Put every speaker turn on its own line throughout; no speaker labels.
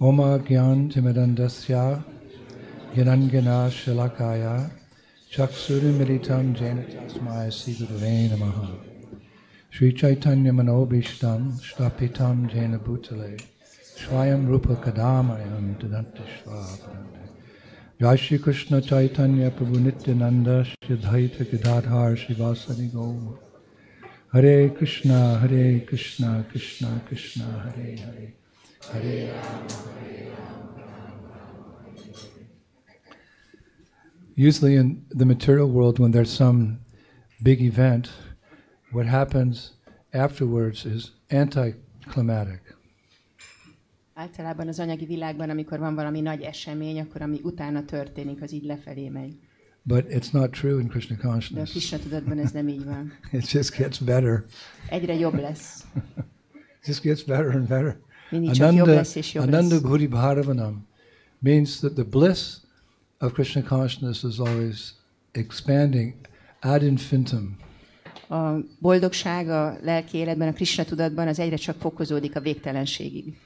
Oma Gyan Timadandasya Yanangana Shalakaya Chaksuri Militam Jena Tasmaya Sigurave Namaha Sri Chaitanya Manobhishtam Stapitam Jena Bhutale Swayam Rupa Kadamayam Tadatishvaprante Jai Shri Krishna Chaitanya Prabhu Nityananda Shri Advaita Gadadhar Shivasani Gaur Hare Krishna Hare Krishna Krishna Krishna Hare Hare Hare Rama Hare Rama Usually in the material world when there's some big event, what happens afterwards is anticlimactic.
Általában az anyagi világban, amikor van valami nagy esemény, akkor ami utána történik, az így lefelé megy.
But it's not true in Krishna
De a
consciousness.
Krishna tudatban ez nem így van.
It just gets better.
Egyre jobb lesz.
It just gets better and better.
Mindig csak jobb
Ananda,
lesz és jobb
Ananda
lesz.
Bhuri Bharavanam means that the bliss of Krishna consciousness is always expanding ad infinitum.
A boldogság a lelki életben, a Krishna tudatban az egyre csak fokozódik a végtelenségig.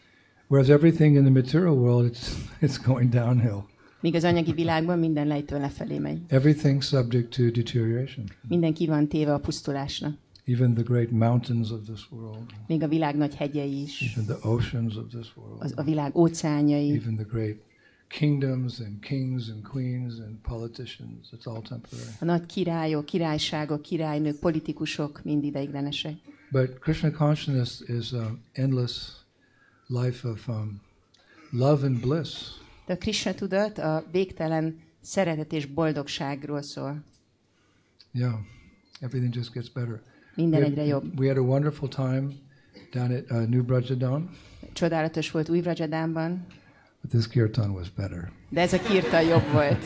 Whereas everything in the material world, it's, it's going downhill.
Míg az anyagi világban minden lejtőn lefelé megy.
Everything's subject to deterioration,
Minden ki van téve a pusztulásnak.
even the great mountains of this world,
Még a világ nagy hegyei is,
even the oceans of this
az,
world,
a világ óceánjai,
even the great kingdoms and kings and queens and politicians. It's all temporary.
a nagy királyok, királyságok, királynők, politikusok mind ideiglenesek.
But Krishna consciousness is an endless life of um, love and bliss.
De a Krishna tudat a végtelen szeretet és boldogságról szól.
Yeah, everything just gets better.
Minden egyre
We
jobb.
had, we had a wonderful time down at uh, New Brajadam,
Csodálatos volt új Vrajadánban,
but this kirtan was better.
de ez a kirtan jobb volt.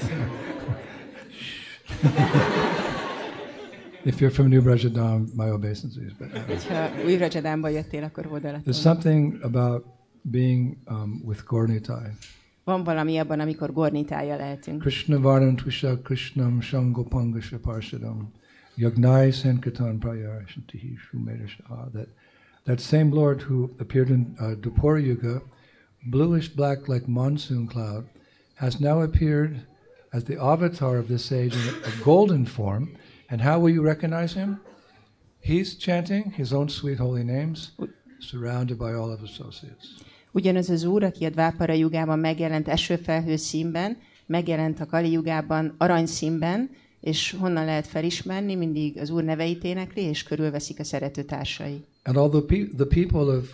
If you're from New Brajadam, my obeisances. But uh,
Hogyha új Vrajadánba jöttél, akkor
there's
hódalatom.
something about being um, with Gornitai.
Van valami abban, amikor gornitája lehetünk.
Krishna Varam Tvisha Krishnam Shangopangasha Parshadam Yagnai Sankirtan Prayarashantihi Shumerashaha. That, that same Lord who appeared in uh, Dwapara Yuga, bluish black like monsoon cloud, has now appeared as the avatar of this age in a golden form. And how will you recognize him? He's chanting his own sweet holy names, surrounded by all of his associates.
Ugyanaz az úr, aki a Dvápara jugában megjelent esőfelhő színben, megjelent a Kali jugában aranyszínben, és honnan lehet felismerni, mindig az úr neveit énekli, és körülveszik a szerető társai.
And although pe- the people of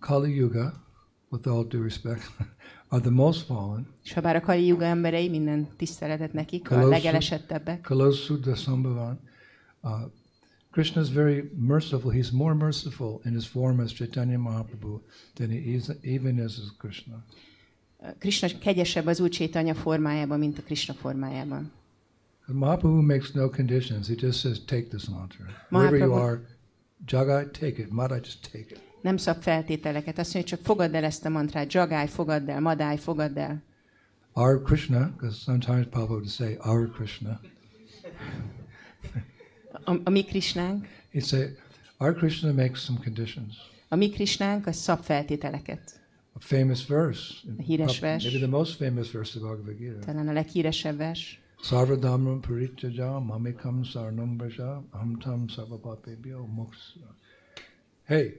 Kali Yuga, with all due respect, are the most fallen,
És ha bár a Kali Yuga emberei, minden tiszteletet nekik, a
Kalausu-
legelesettebbek,
Kalosudha Sambhavan, uh, Krishna is very merciful. He's more merciful in his form as Chaitanya Mahaprabhu than he is, even is as Krishna.
Krishna kegyesebb az új Csétanya formájában, mint a Krishna formájában.
And Mahaprabhu makes no conditions. He just says, take this mantra. Wherever you
Mahaprabhu-
are, Jagai, take it. Mada, just take it.
Nem szab feltételeket, azt mondja, csak fogadd el ezt a mantrát, jagály, fogadd el, madály, fogadd el.
Our Krishna, because sometimes Prabhupada would say, our Krishna.
A, a mi Krishnánk,
He'd say, our Krishna makes some conditions.
a mi Krishnánk az szab feltételeket.
a famous verse.
A híres vers.
Maybe the most famous verse of Bhagavad Gita.
Talán a leghíresebb vers.
Sarvadhamram parichaja mamikam sarnam braja amtam sarvapapebhyo moksa. Hey,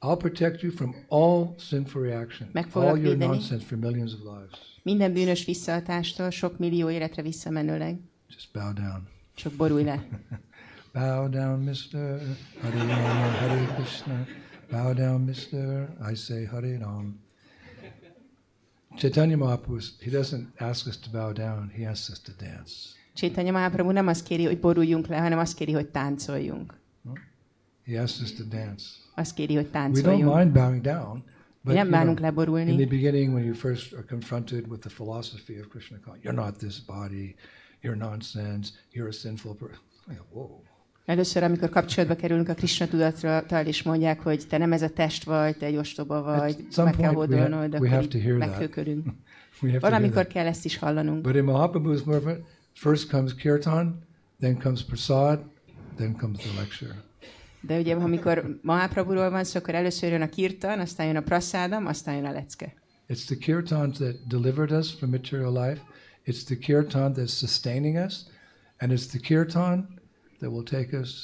I'll protect you from all sinful reaction,
Meg foglak
all your
védeni.
nonsense for millions of lives.
Minden bűnös visszaatástól, sok millió életre visszamenőleg,
Just bow down.
csak borulj le.
Bow down, mister. Hare Rama, Hare Krishna. Bow down, mister. I say Hare Ram. Chaitanya Mahaprabhu, he doesn't ask us to bow down, he asks us to dance.
Csétanya Mahaprabhu nem azt kéri, hogy boruljunk le, hanem azt kéri, hogy táncoljunk.
He asks us to dance.
Azt kéri, hogy
We don't
táncoljunk.
mind bowing down, but
Nem
you
bánunk
know, in the
leborulni.
beginning, when you first are confronted with the philosophy of Krishna consciousness, you're not this body, you're nonsense, you're a sinful person. Whoa.
Először, amikor kapcsolatba kerülünk a Krishna tudattal, és mondják, hogy te nem ez a test vagy, te egy ostoba vagy,
At some
meg kell
point we ha-
hódolnod,
we
akkor
have to
így
hear that.
megkökörünk.
We have to hear
Valamikor
that.
kell ezt is hallanunk.
But in Mahaprabhu's movement, first comes kirtan, then comes prasad, then comes the lecture.
De ugye, amikor Mahaprabhuról van szó, akkor először jön a kirtan, aztán jön a praszádam, aztán jön a lecke.
It's the kirtans that delivered us from material life. It's the kirtan that's sustaining us. And it's the kirtan that will take us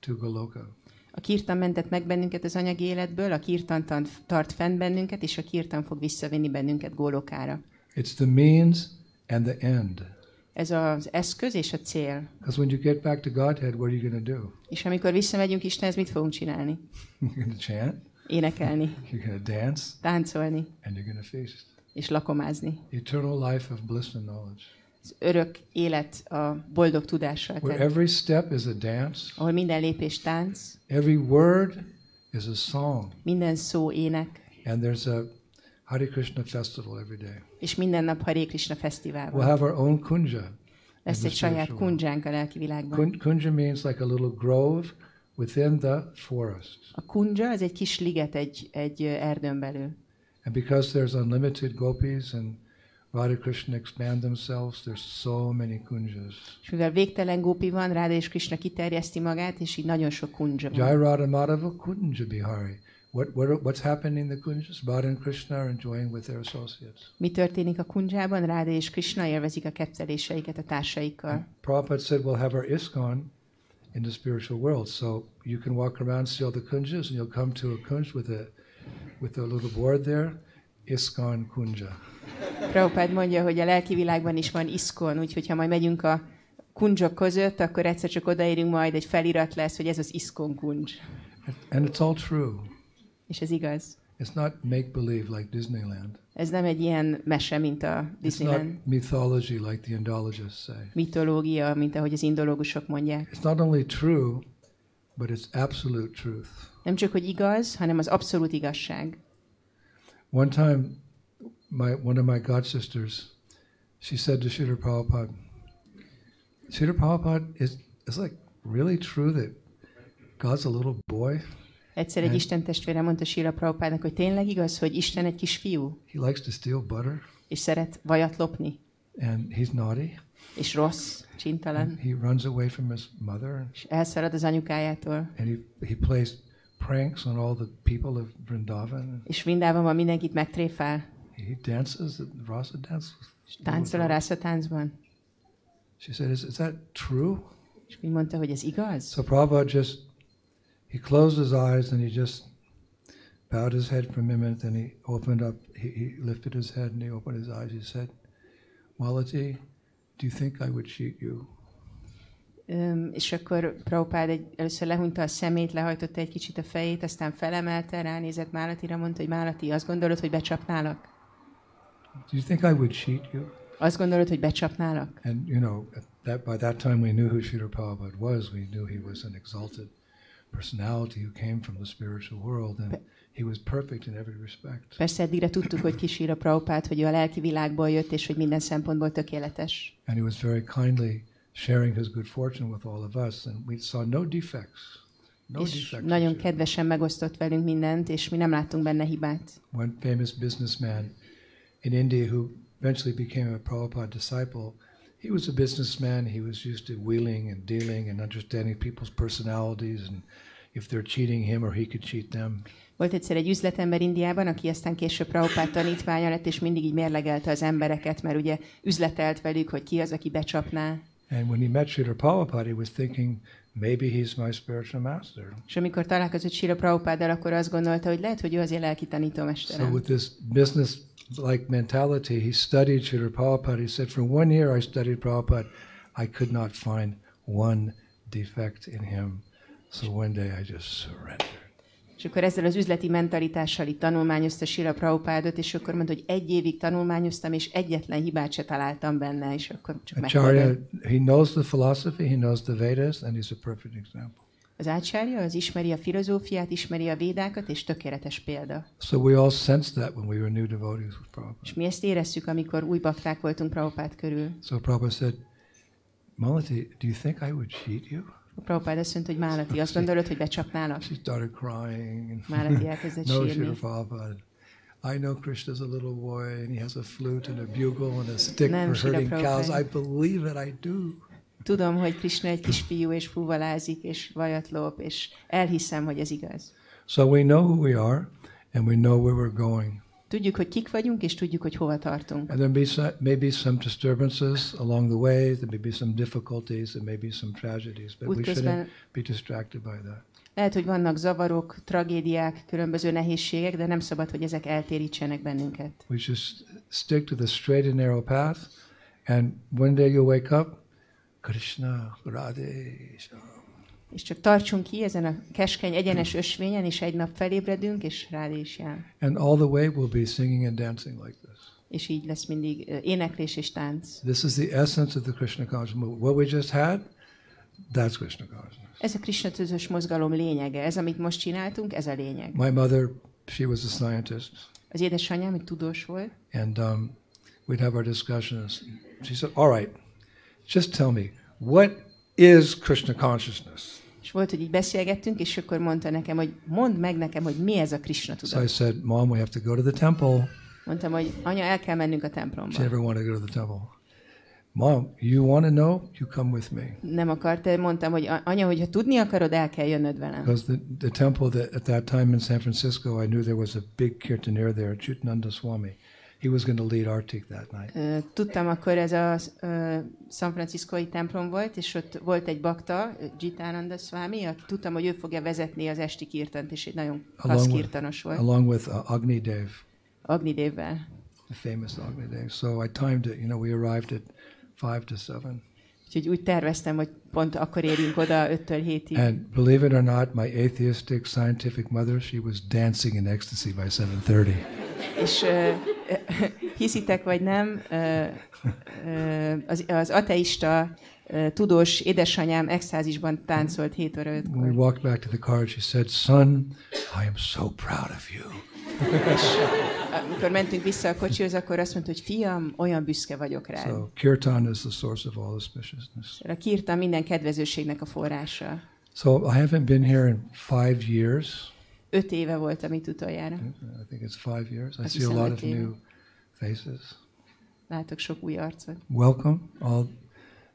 to Goloka.
A kirtan mentett meg bennünket az anyagi életből, a kirtan tan- tart fenn bennünket, és a kirtan fog visszavinni bennünket gólokára.
It's the means and the end.
Ez az eszköz és a cél.
Because when you get back to Godhead, what are you going to do?
És amikor visszamegyünk Istenhez, mit fogunk csinálni?
You're going to chant,
Énekelni,
you're going to dance,
táncolni
and you're going to feast.
és lakomázni.
Eternal life of bliss and knowledge.
Az örök élet a boldog tudással
Where
telt,
every step is a dance,
ahol minden lépés tánc,
every word is a song,
minden szó ének,
and there's a Hare Krishna festival every day.
és minden nap Haré Krishna Fesztivál
We'll
van.
have our own kunja.
Lesz egy saját kundzsánk a lelki világban.
Kun- kunja means like a little grove within the forest.
A kundzsa az egy kis liget egy, egy ö, erdőn belül.
And because there's unlimited gopis and Radha Krishna expand themselves, there's so many kunjas.
És mivel végtelen gópi van, Ráda és Krishna kiterjeszti magát, és így nagyon sok kundzsa
Jai
van.
Radha Madhava Kunja Bihari. What, what, what's happening in the kunjas? Radha and Krishna are enjoying with their associates.
Mi történik a kundzsában? Ráda és Krishna élvezik a ketteléseiket a társaikkal.
Prabhupada said we'll have our ISKCON in the spiritual world. So you can walk around, see all the kunjas, and you'll come to a kunj with a with a little board there, ISKCON Kunja.
Prabhupád mondja, hogy a lelki világban is van iszkon, úgyhogy ha majd megyünk a kundzsok között, akkor egyszer csak odaérünk majd, egy felirat lesz, hogy ez az iszkon kundzs.
And it's all true.
És ez igaz.
It's not make believe like Disneyland.
Ez nem egy ilyen mese, mint a
It's not
Disneyland
mythology like the Indologists say.
mitológia, mint ahogy az indológusok mondják.
It's not only true, but it's absolute truth.
Nem csak, hogy igaz, hanem az abszolút igazság.
One time, my one of my god sisters, she said to Sridhar Prabhupada, Sridhar Prabhupada, is it's like really true that God's a little boy?
Egyszer egy
Nem.
Isten testvére mondta Sila Prabhupádnak, hogy tényleg igaz, hogy Isten egy kis fiú,
He likes to steal butter
és szeret vajat lopni,
and he's naughty.
és rossz,
And
csintalan,
he runs away from his mother
és elszalad az anyukájától.
and he, he plays pranks on all the people of Vrindavan.
És Vrindában mindenkit megtréfál,
He dances, the Rasa dance.
és táncol a rászatáncban.
She said, is, is that true?
És úgy mondta, hogy ez igaz?
So Prabhupada just, he closed his eyes and he just bowed his head for a minute. Then he opened up, he, he lifted his head and he opened his eyes. He said, Malati, do you think I would cheat you?
Öm, és akkor Prabhupád egy, először lehunta a szemét, lehajtotta egy kicsit a fejét, aztán felemelte, ránézett Málatira, mondta, hogy Málati, azt gondolod, hogy becsapnálak?
Do you think I would cheat you?
Azt gondolod, hogy becsapnálak?
And, you know, at that by that time we knew who Srila Prabhupada was. We knew he was an exalted personality who came from the spiritual world and he was perfect in every respect.
Persze eddigre tudtuk, hogy kisír a Prabhupád, hogy ő a lelki világból jött, és hogy minden szempontból tökéletes.
And he was very kindly sharing his good fortune with all of us, and we saw no defects. No
és
defects. in
nagyon
Srila
kedvesen megosztott velünk mindent, és mi nem láttunk benne hibát.
one famous businessman in India who eventually became a Prabhupada disciple. He was a businessman. He was used to wheeling and dealing and understanding people's personalities and if they're cheating him or he could cheat them.
Volt egyszer egy üzletember Indiában, aki aztán később Prabhupád tanítványa lett, és mindig így mérlegelte az embereket, mert ugye üzletelt velük, hogy ki az, aki becsapná.
And when he met Sridhar Prabhupada, he was thinking, maybe he's my spiritual master.
És amikor találkozott Sila Prabhupáddal, akkor azt gondolta, hogy lehet, hogy ő az én lelki
So
tanítómesterem.
with this business like mentality, he studied Srila Prabhupada. He said, For one year I studied Prabhupada. I could not find one defect in him. So one day I just surrendered.
És akkor ezzel az üzleti mentalitással itt tanulmányozta Sila Prabhupádot, és akkor mondta, hogy egy évig tanulmányoztam, és egyetlen hibát se találtam benne, és akkor csak
Acharya,
megkérdezte.
he knows the philosophy, he knows the Vedas, and he's a perfect example.
Az ácsárja, az ismeri a filozófiát, ismeri a védákat, és tökéletes példa.
So we all sensed that when we were new devotees with Prabhupada.
És mi ezt érezzük, amikor új bakták voltunk Prabhupád körül.
So Prabhupada said, Malati, do you think I would cheat you?
A Prabhupád azt mondta, hogy Málati, azt gondolod, hogy becsapnálak?
She started crying.
Málati elkezdett
No,
sírni.
Srila Prabhupada. I know Krishna's a little boy and he has a flute and a bugle and a stick
Nem,
for
Srila
herding cows.
Prabhupada.
I believe it, I do.
Tudom, hogy Krishna egy kis fiú, és fuvalázik, és vajat lop, és elhiszem, hogy ez igaz.
So we know who we are and we know where we're going.
Tudjuk, hogy kik vagyunk, és tudjuk, hogy hova tartunk.
And there may, some, may be some disturbances along the way, there may be some difficulties, there may be some tragedies, but we
Útközben
shouldn't be distracted by that.
lehet, hogy vannak zavarok, tragédiák, különböző nehézségek, de nem szabad, hogy ezek eltérítsenek bennünket.
We should s- stick to the straight and narrow path, and one day you'll wake up, Krishna, Radhe, Shyam.
És csak tartsunk ki ezen a keskeny, egyenes ösvényen, és egy nap felébredünk, és rád is jár.
And all the way we'll be singing and dancing like this.
És így lesz mindig ö, éneklés és tánc.
This is the essence of the Krishna consciousness movement. What we just had, that's Krishna consciousness.
Ez a Krishna tűzös mozgalom lényege. Ez, amit most csináltunk, ez a lényeg.
My mother, she was a scientist,
Az édesanyám egy tudós volt,
and um, we'd have our discussions. She said, All right, just tell me, what is Krishna consciousness?
és volt, hogy így beszélgettünk, és akkor mondta nekem, hogy mondd meg nekem, hogy mi ez a Krishna
So
tudat.
I said, Mom, we have to go to the temple.
Mondtam, hogy anya, el kell mennünk a
She
templomba.
never wanted to go to the temple. Mom, you want to know? You come with me.
Nem akart, de mondtam, hogy "A- anya, hogyha tudni akarod, el kell jönnöd velem.
Because the, the temple that at that time in San Francisco, I knew there was a big kirtaner there, Chutananda Swami. He was going to lead Artik that night.
Ö, Tudtam, akkor ez a ö, San Franciscoi templom volt, és ott volt egy bakta, Jitananda Swami, aki tudtam, hogy ő fogja vezetni az esti kirtant, és egy nagyon klassz
Along with-
kirtanos volt,
along with uh, Agni Dev,
Agnidévvel.
the famous Agni Dev. So I timed it. You know, we arrived at five to seven,
Úgyhogy úgy terveztem, hogy pont akkor érjünk oda 5-től 7-ig.
and believe it or not, my atheistic scientific mother, she was dancing in ecstasy by seven thirty.
És ö, ö, hiszitek vagy nem, ö, ö, az, az ateista ö, tudós édesanyám extázisban táncolt 7 óra
When we
5-kor.
walked back to the car, she said, "Son, I am so proud of you."
Amikor mentünk vissza a kocsihoz, akkor azt mondta, hogy fiam, olyan büszke vagyok rád.
So kirtan is the source of all auspiciousness.
A kirtan minden kedvezőségnek a forrása.
So I haven't been here in five years.
Öt éve voltam itt utoljára.
I think it's five years. I
That's
see a lot of
seventeen.
new faces.
Látok sok új arcot.
welcome all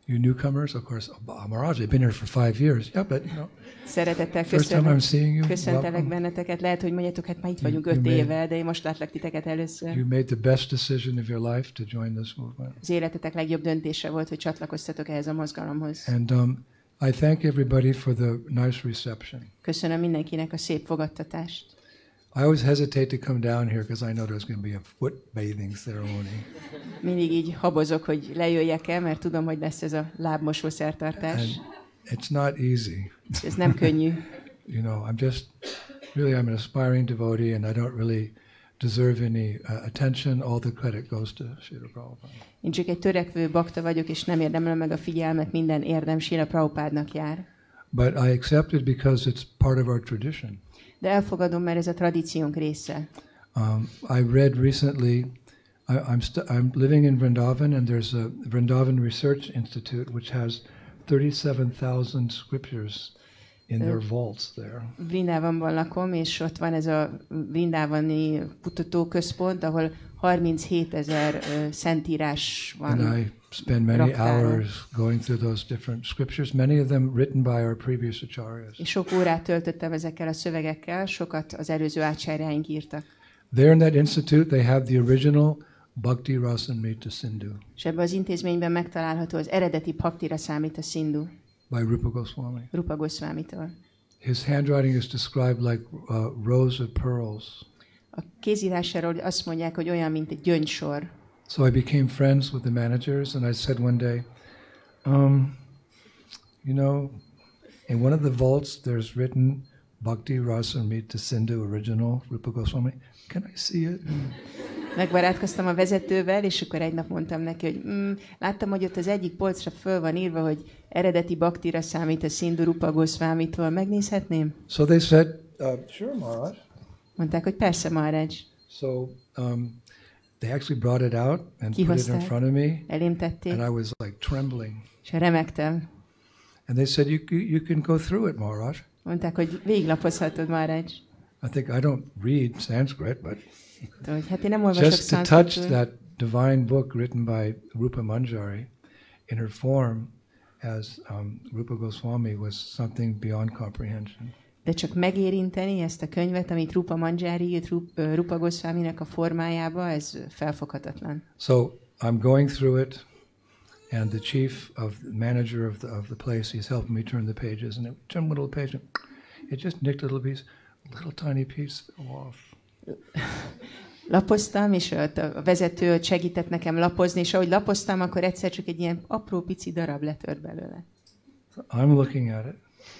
you newcomers. Of course, Maharaj, I've been here for five years. Yeah, but you know,
Szeretettel
first time I'm
köszönöm.
seeing you.
Köszöntelek
Welcome.
benneteket. Lehet, hogy mondjátok, hát már itt vagyunk
You
öt
may-
éve, de én most látlak titeket először.
You made the best decision of your life to join this movement.
Az életetek legjobb döntése volt, hogy csatlakoztatok ehhez a mozgalomhoz.
And um, I thank everybody for the nice reception.
Köszönöm mindenkinek a szép fogadtatást.
I always hesitate to come down here because I know there's going to be a foot bathing ceremony.
Mindig így habozok, hogy lejöjjek el, mert tudom, hogy lesz ez a lábmosó szertartás.
And it's not easy.
Ez nem könnyű.
You know, I'm just really, I'm an aspiring devotee and I don't really deserve any uh, attention. All the credit goes to Srila Prabhupada.
Én csak egy törekvő bakta vagyok, és nem érdemlem meg a figyelmet, minden érdem Sila Prabhupádnak jár.
But I accept it because it's part of our tradition.
De elfogadom, mert ez a tradíciónk része.
Um, I read recently, I, I'm, st- I'm living in Vrindavan, and there's a Vrindavan Research Institute which has 37,000 scriptures in their vaults there.
Vrindávamban lakom, és ott van ez a Vrindávani kutatóközpont, ahol 37 ezer szentírás van.
And I spend many
Rakhtara.
hours going through those different scriptures, many of them written by our previous acharyas.
És sok órát töltöttem ezekkel a szövegekkel, sokat az előző átsárjáink írtak.
There in that institute, they have the original Bhakti Rasamrita Sindhu
És ebben az intézményben megtalálható az eredeti paktira számít a Sindhu,
by Rupa Goswami.
Rupa Goswami-tól.
His handwriting is described like uh, rows of pearls.
A kézírásáról azt mondják, hogy olyan, mint egy gyöngysor.
So I became friends with the managers, and I said one day, um, you know, in one of the vaults there's written Bhakti Rasamrita Sindhu original Rupa Goswami. Can I see it?
Megbarátkoztam a vezetővel, és akkor egy nap mondtam neki, hogy mm, láttam, hogy ott az egyik polcra föl van írva, hogy eredeti baktira számít a Sindhu Rupa Goswami-tól. Megnézhetném?
So they said, uh, sure, Maharaj.
Mondták, hogy persze, Maharaj.
So um, they actually brought it out and put it in
Kihozták.
front of me,
Elém tették,
and I was like trembling.
és remektem.
And they said, you, you, you can go through it, Maharaj.
Mondták, hogy végiglapozhatod, Maharaj.
I think I don't read Sanskrit, but
Tudom, hogy Hát én nem olvasok
just to touch
szanszkritul.
that divine book written by Rupa Manjari in her form as um, Rupa Goswami was something beyond comprehension.
de csak megérinteni ezt a könyvet, amit Rupa Manjari írt Rup- ö, Rupa Goswaminek a formájába, ez felfoghatatlan.
So I'm going through it, and the chief of manager of the, of the place, he's helping me turn the pages, and it turned one little page, and it just nicked a little piece, a little tiny piece fell off.
Lapoztam, és ott a vezető ott segített nekem lapozni, és ahogy lapoztam, akkor egyszer csak egy ilyen apró pici darab letört belőle.
I'm looking at it,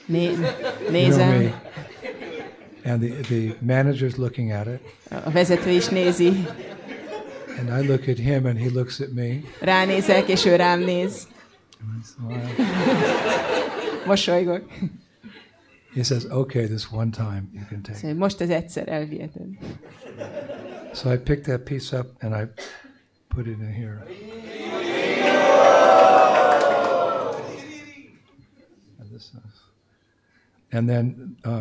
Né-
you know
nézem,
me, and the the manager's looking at it,
a vezető is nézi,
and I look at him, and he looks at me.
ránézek, és ő rám néz,
So I-
mosolygok.
he says, "Okay, this one time you can take."
Azt mondja, Most az egyszer elviheted.
it." So I picked that piece up and I put it in here. And this is- And then uh,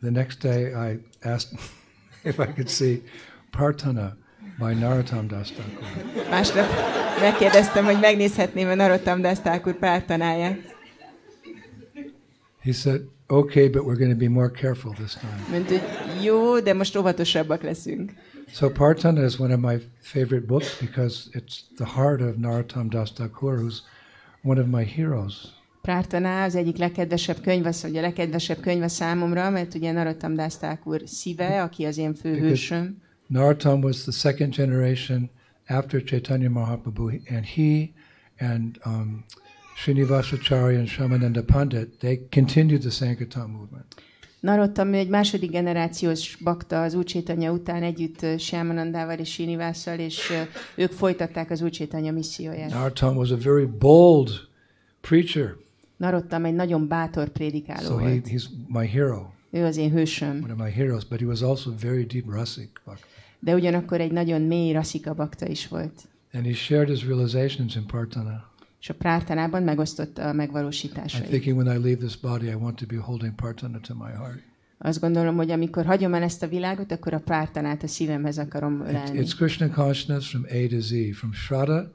the next day, I asked if I could see Partana by Narottam Das Thakur.
Másnap megkérdeztem, hogy megnézhetném a Narottam Das Thakur pártanáját.
He said, "Okay, but we're going to be more careful this time."
Mondta, hogy jó, de most óvatosabbak leszünk.
So Partana is one of my favorite books because it's the heart of Narottam Das Thakur, who's one of my heroes.
Prártaná az egyik legkedvesebb könyv, az, ugye a legkedvesebb könyv a számomra, mert ugye Narottam Das Thakur szíve, aki az én főhősöm.
Narottam was the second generation after Chaitanya Mahaprabhu, and he and um, Srinivasacharya and Shamananda Pandit, they continued the Sankirtan movement.
Narottam ő egy második generációs bakta az úcsétanya után együtt ö, Sámanandával és Sinivásszal, és ö, ők folytatták az úcsétanya misszióját.
Narottam was a very bold preacher,
Narottam egy nagyon bátor prédikáló
so he,
volt.
he's my hero,
Ő az én hősöm.
one of my heroes, but he was also very deep Rasik. bhakt.
de ugyanakkor egy nagyon mély rasszika bakta is volt.
And he shared his realizations in Partana.
És a prártanában megosztotta a
I'm
megvalósításait.
thinking when I leave this body, I want to be holding Partana to my heart.
Azt gondolom, hogy amikor hagyom el ezt a világot, akkor a prártanát a szívemhez
It-
akarom ölelni.
it's Krishna consciousness from A to Z, from Shraddha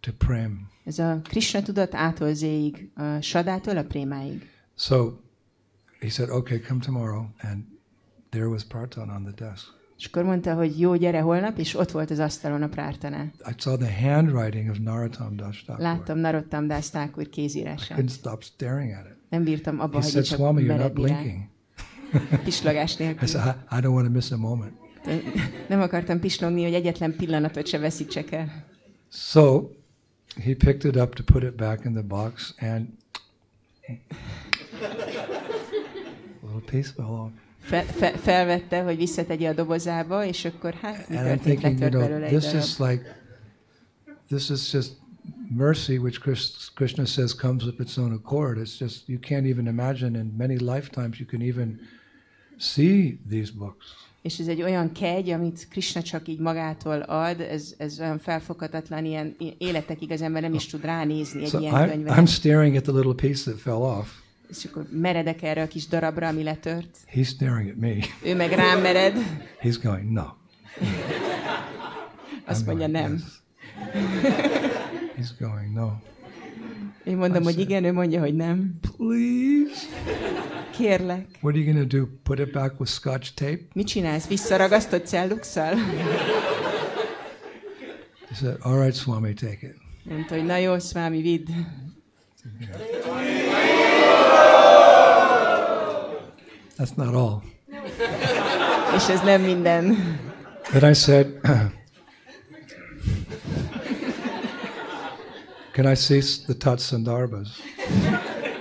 to Prem.
Ez a Krishna tudat ától zéig, a sadától a prémáig.
So he said, okay, come tomorrow. And there was Parton on the desk.
És akkor mondta, hogy jó, gyere holnap, és ott volt az asztalon a prártaná.
I saw the handwriting of Narottam Das Thakur.
Láttam Narottam Das Thakur
I
kézírását.
couldn't stop staring at it.
Nem bírtam abba,
He
hogy
said,
csak
Swami, you're not
meredni rá.
blinking.
Pislogás
I
nélkül.
said, I, I don't want to miss a moment.
Nem akartam pislogni, hogy egyetlen pillanatot se veszítsek el.
So he picked it up to put it back in the box, and a little piece fell off.
fe, fe, felvette, hogy visszategye a dobozába, és akkor hát mi
And I'm
történt,
thinking, you
letört
know,
belőle egy
this
darab.
is like, this is just mercy, which Chris, Krishna says comes of its own accord. It's just, you can't even imagine in many lifetimes you can even see these books.
És ez egy olyan kegy, amit Krishna csak így magától ad, ez, ez olyan felfoghatatlan, ilyen i- életekig az ember nem is tud ránézni egy
So
ilyen
I,
könyvre.
I'm staring at the little piece that fell off.
És akkor meredek erre a kis darabra, ami letört.
He's staring at me.
Ő meg rám mered,
He's going, no.
azt
I'm
mondja
going,
nem.
"Yes." He's going, no.
Én mondom, hogy igen, ő mondja, hogy nem.
Please?
Kérlek,
What are you going to do? Put it back with scotch tape?
mit csinálsz? Visszaragasztott celluxal?
He said, all right, Swami, take it.
Mondta, hogy na jó, Szvámi, vidd.
That's not all.
És ez nem minden.
Then I said, Can I see the Tat Sandarbhas?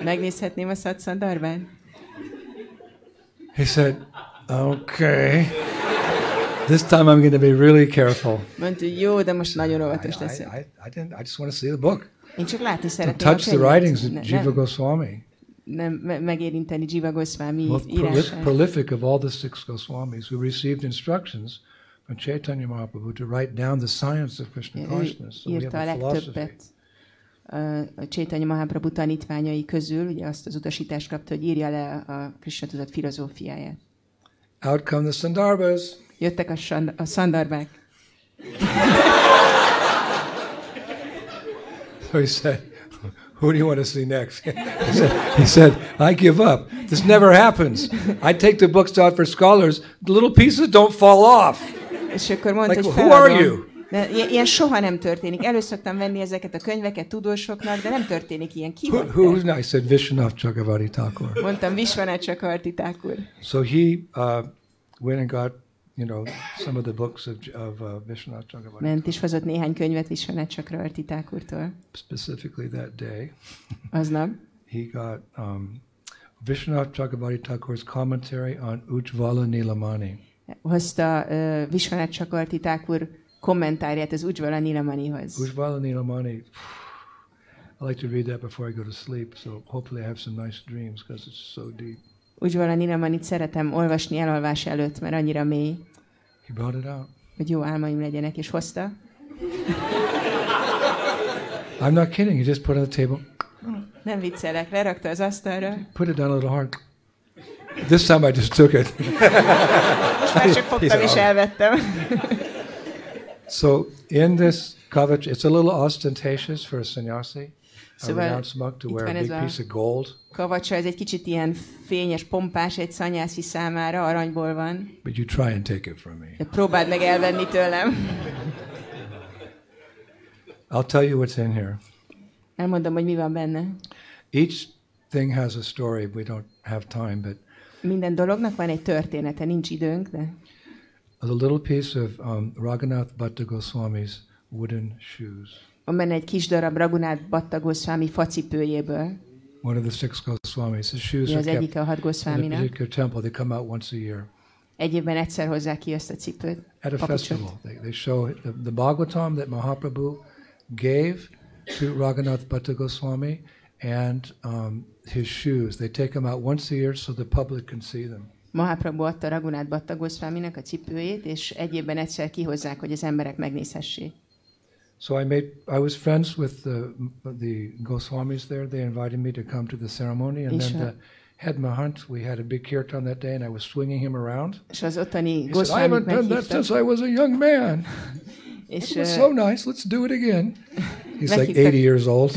Megnézhetném a szatszandarbán?
He said, Okay. This time I'm going to be really careful.
Mondta, hogy jó, de most nagyon
I,
óvatos leszek.
I, I, didn't, I just want to see the book.
Én csak látni
To
szeretném
touch the
könyvet.
writings of
Ne-
Jiva
nem,
Goswami,
nem me- megérinteni Jiva Goswami
most proli-
írását.
prolific of all the six Goswamis who received instructions from Chaitanya Mahaprabhu to write down the science of Krishna
Ő
consciousness. So we have
írta a
a philosophy.
legtöbbet ö, a Csétanya Mahaprabhu tanítványai közül, ugye azt az utasítást kapta, hogy írja le a Krishna tudat filozófiáját.
Out come the Sandarbhas.
Jöttek a, sand, a szandarbák.
So he said, Who do you want to see next? he, said, he said, I give up. This never happens. I take the books out for scholars. The little pieces don't fall off.
És akkor mondta,
Like,
hogy
who are
feladom.
you?
De i- ilyen soha nem történik. Elő szoktam venni ezeket a könyveket tudósoknak, de nem történik ilyen. Ki
Who,
vagy te?
who's I said, Vishwanath Chakravarti Thakur.
Mondtam, Visvanács Csakarti Thakur.
So he uh, went and got, you know, some of the books of, of uh, Vishwanath Chakravarti,
Ment és hozott néhány könyvet Visvanács Csakarti Thakurtól
specifically that day.
aznap.
He got um, Vishwanath Chakravarti Thakur's commentary on Ujjvala Nilamani.
Hozta uh, Visvanács Csakarti Thakur kommentárját az Ujjvala Nilamanihoz.
Ujjvala Nilamani. I like to read that before I go to sleep, so hopefully I have some nice dreams because it's so deep.
Ujjvala Nilamanit szeretem olvasni elalvás előtt, mert annyira mély,
He brought it out.
hogy jó álmaim legyenek, és hozta.
I'm not kidding. He just put it on the table,
Nem viccelek, lerakta az asztalra.
put it down a little hard. This time I just took it.
Most már csak fogtam és elvettem.
So in this covet, it's a little ostentatious for a sannyasi,
So
a
what-
renounced monk, to
it
wear a
went
big
as a-
piece of gold.
Kavacsa, ez egy kicsit ilyen fényes, pompás egy szanyászi számára, aranyból van.
But you try and take it from me.
De próbáld meg elvenni tőlem.
I'll tell you what's in here.
Elmondom, hogy mi van benne.
Each thing has a story. We don't have time, but
Minden dolognak van egy története, nincs időnk, de
a little piece of um, Raghunath Bhatta Goswami's wooden shoes.
van benne egy kis darab Ragunát Batta Goszvámi facipőjéből.
One of the six Goswamis. The shoes
Ő
are
az
kept
egyik a hat
in a
Goszváminak.
particular temple. They come out once a year
Egy évben egyszer hozzák ki ezt a cipőt.
at a
papucsot.
festival. They, they show the, the Bhagavatam that Mahaprabhu gave to Raghunath Bhatta Goswami and um, his shoes. They take them out once a year so the public can see them.
Mahaprabhu adta Ragunát Batta Goszváminak a cipőjét, és egy évben egyszer kihozzák, hogy az emberek megnézhessék.
So I made I was friends with the the Goswamis there. They invited me to come to the ceremony, and then the
Isha.
head mahant. We had a big kirtan that day, and I was swinging him around.
És az ottani
He said, "I
Goszvámit
haven't done that
meghívtak,
since I was a young man.
és
It was
ö,
so nice. Let's do it again." He's like
Meghívtak.
80 years old.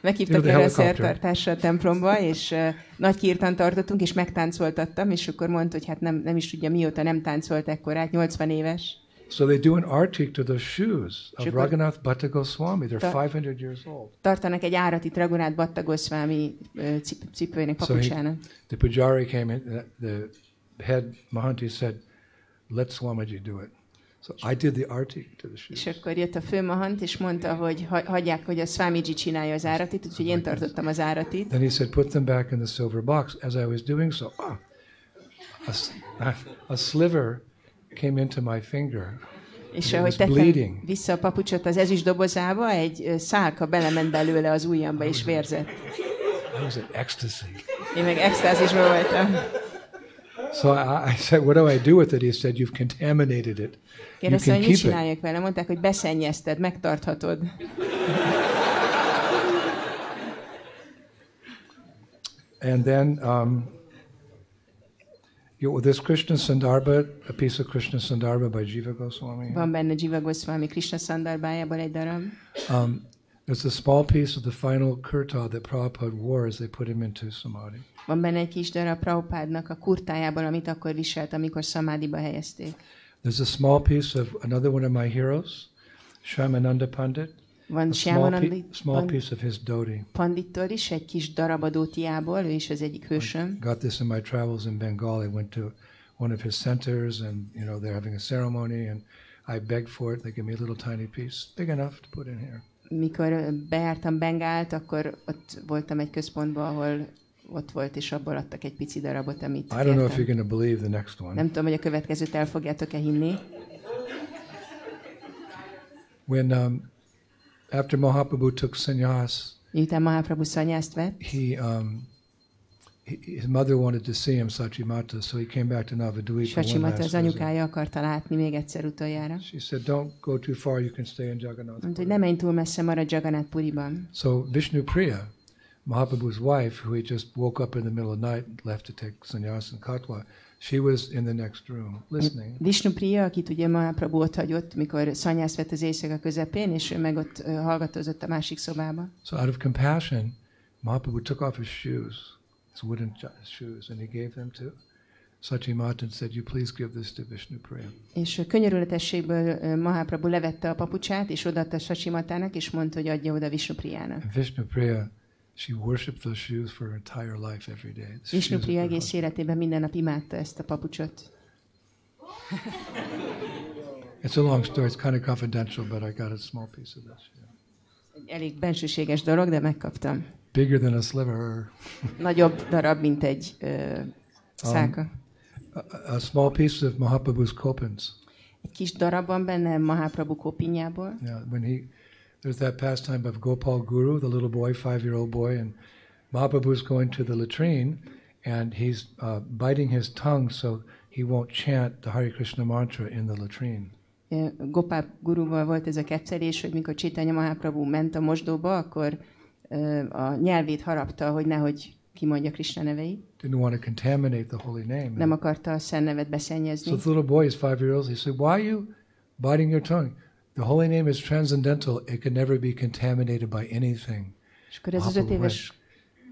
Meghívtak
Jó, de
erre a
helicopter.
szertartásra a templomba, és uh, nagy kirtan tartottunk, és megtáncoltattam, és akkor mondta, hogy hát nem, nem is tudja mióta nem táncolt ekkorát, 80 éves.
So they do an artik to the shoes of
Sure, but-
Raghunath Bhatta Goswami. They're
Ta-
500 years old.
Tartanak egy áratit Ragunát Batta Goszvámi uh, cip- cipőjének,
Szóval így-
papucsának.
The pujari came in. uh, The, the head mahanti said, "Let Swamiji do it." So I did the artik to the shoes.
És akkor jött a főmahant, és mondta, hogy ha- hagyják, hogy a Swamiji csinálja az áratit, úgyhogy én tartottam az áratit.
Then he said, Put them back in the silver box. As I was doing so, ah, a, s- a sliver came into my finger.
És
It
ahogy
was
tettem
bleeding.
vissza a papucsot az ezüst dobozába, egy ö, szálka belement belőle az ujjamba, és vérzett.
I was in ecstasy.
Én meg extázisban voltam.
So I, I said, What do I do with it? He said, You've contaminated it. You
Kérdezte,
can
szóval, hogy mit
keep it.
csináljak vele? Mondták, hogy beszennyezted, megtarthatod.
And then um, you, this Krishna Sandarba, a piece of Krishna Sandarba by Jiva Goswami.
Van benne Jiva Goswami Krishna Szandarbájából egy darab.
Um, there's a small piece of the final kurta that Prabhupada wore as they put him into samadhi.
Van benne egy kis darab Prabhupádnak a kurtájából, amit akkor viselt, amikor szamádiba helyezték.
There's a small piece of another one of my heroes, Shamananda Pandit.
Van
A small,
Shyamandi
pi- small piece of his dhoti.
Pandittól is egy kis darab adótiából, ő is az egyik hősöm.
Got this in my travels in Bengal. I went to one of his centers, and you know they're having a ceremony, and I begged for it. They gave me a little tiny piece, big enough to put in here.
Mikor ö, bejártam Bengált, akkor ott voltam egy központban, ahol ott volt, és abból adtak egy pici darabot, amit
I don't know if
kértem.
you're going to believe the next one.
Nem tudom, hogy a következőt el fogjátok-e hinni.
When um, after Mahaprabhu took sannyas,
Miután Mahaprabhu szanyást vett,
he, um, he his mother wanted to see him, Sachimata, so he came back to Navadvipa. one
Sacsimata
last
az
visit.
anyukája akarta látni még egyszer utoljára.
She said, "Don't go too far. You can stay in Jagannath."
Mondta,
Puri."
hogy nem menj túl messze, maradj Jagannath Puriban.
So Vishnu Priya, Mahaprabhu's wife, who he just woke up in the middle of the night, and left to take sannyas in Katwa, she was in the next room listening.
Vishnu Priya, akit ugye Mahaprabhu ott hagyott, mikor szanyász vett az éjszaka közepén, és ő meg ott ö, hallgatózott a másik szobába.
So out of compassion, Mahaprabhu took off his shoes, his wooden ch- shoes, and he gave them to Satyamata and said, You please give this to Vishnu Priya.
És könyörületességből ö, Mahaprabhu levette a papucsát, és odaadta Sasimatának, és mondta, hogy adja oda Vishnupriának.
And Vishnu Priya, she worshipped those shoes for her entire life every day. The shoes of
Vishnupriya
her
egész életében minden nap imádta ezt a papucsot.
husband. It's a long story, it's kind of confidential, but I got a small piece of this. yeah.
Egy Elég bensőséges dolog, de megkaptam.
Bigger than a sliver,
Nagyobb darab, mint egy ö, száka.
a, a small piece of Mahaprabhu's kopins.
Egy kis darab van benne Mahaprabhu kopinjából.
Yeah, when he there's that pastime of Gopal Guru, the little boy, five-year-old boy, and Mahaprabhu's going to the latrine, and he's uh, biting his tongue so he won't chant the Hare Krishna mantra in the latrine.
Ö, Gopá guruval volt ez a kettelés, hogy mikor Csétanya Mahaprabhu ment a mosdóba, akkor ö, a nyelvét harapta, hogy nehogy kimondja Krishna neveit.
Didn't want to contaminate the holy name.
Nem akarta a szennevet
so
beszennyezni.
the little boy is five years old. He said, "Why are you biting your tongue? The holy name is transcendental. It can never be contaminated by anything."
És akkor ez az öt éves,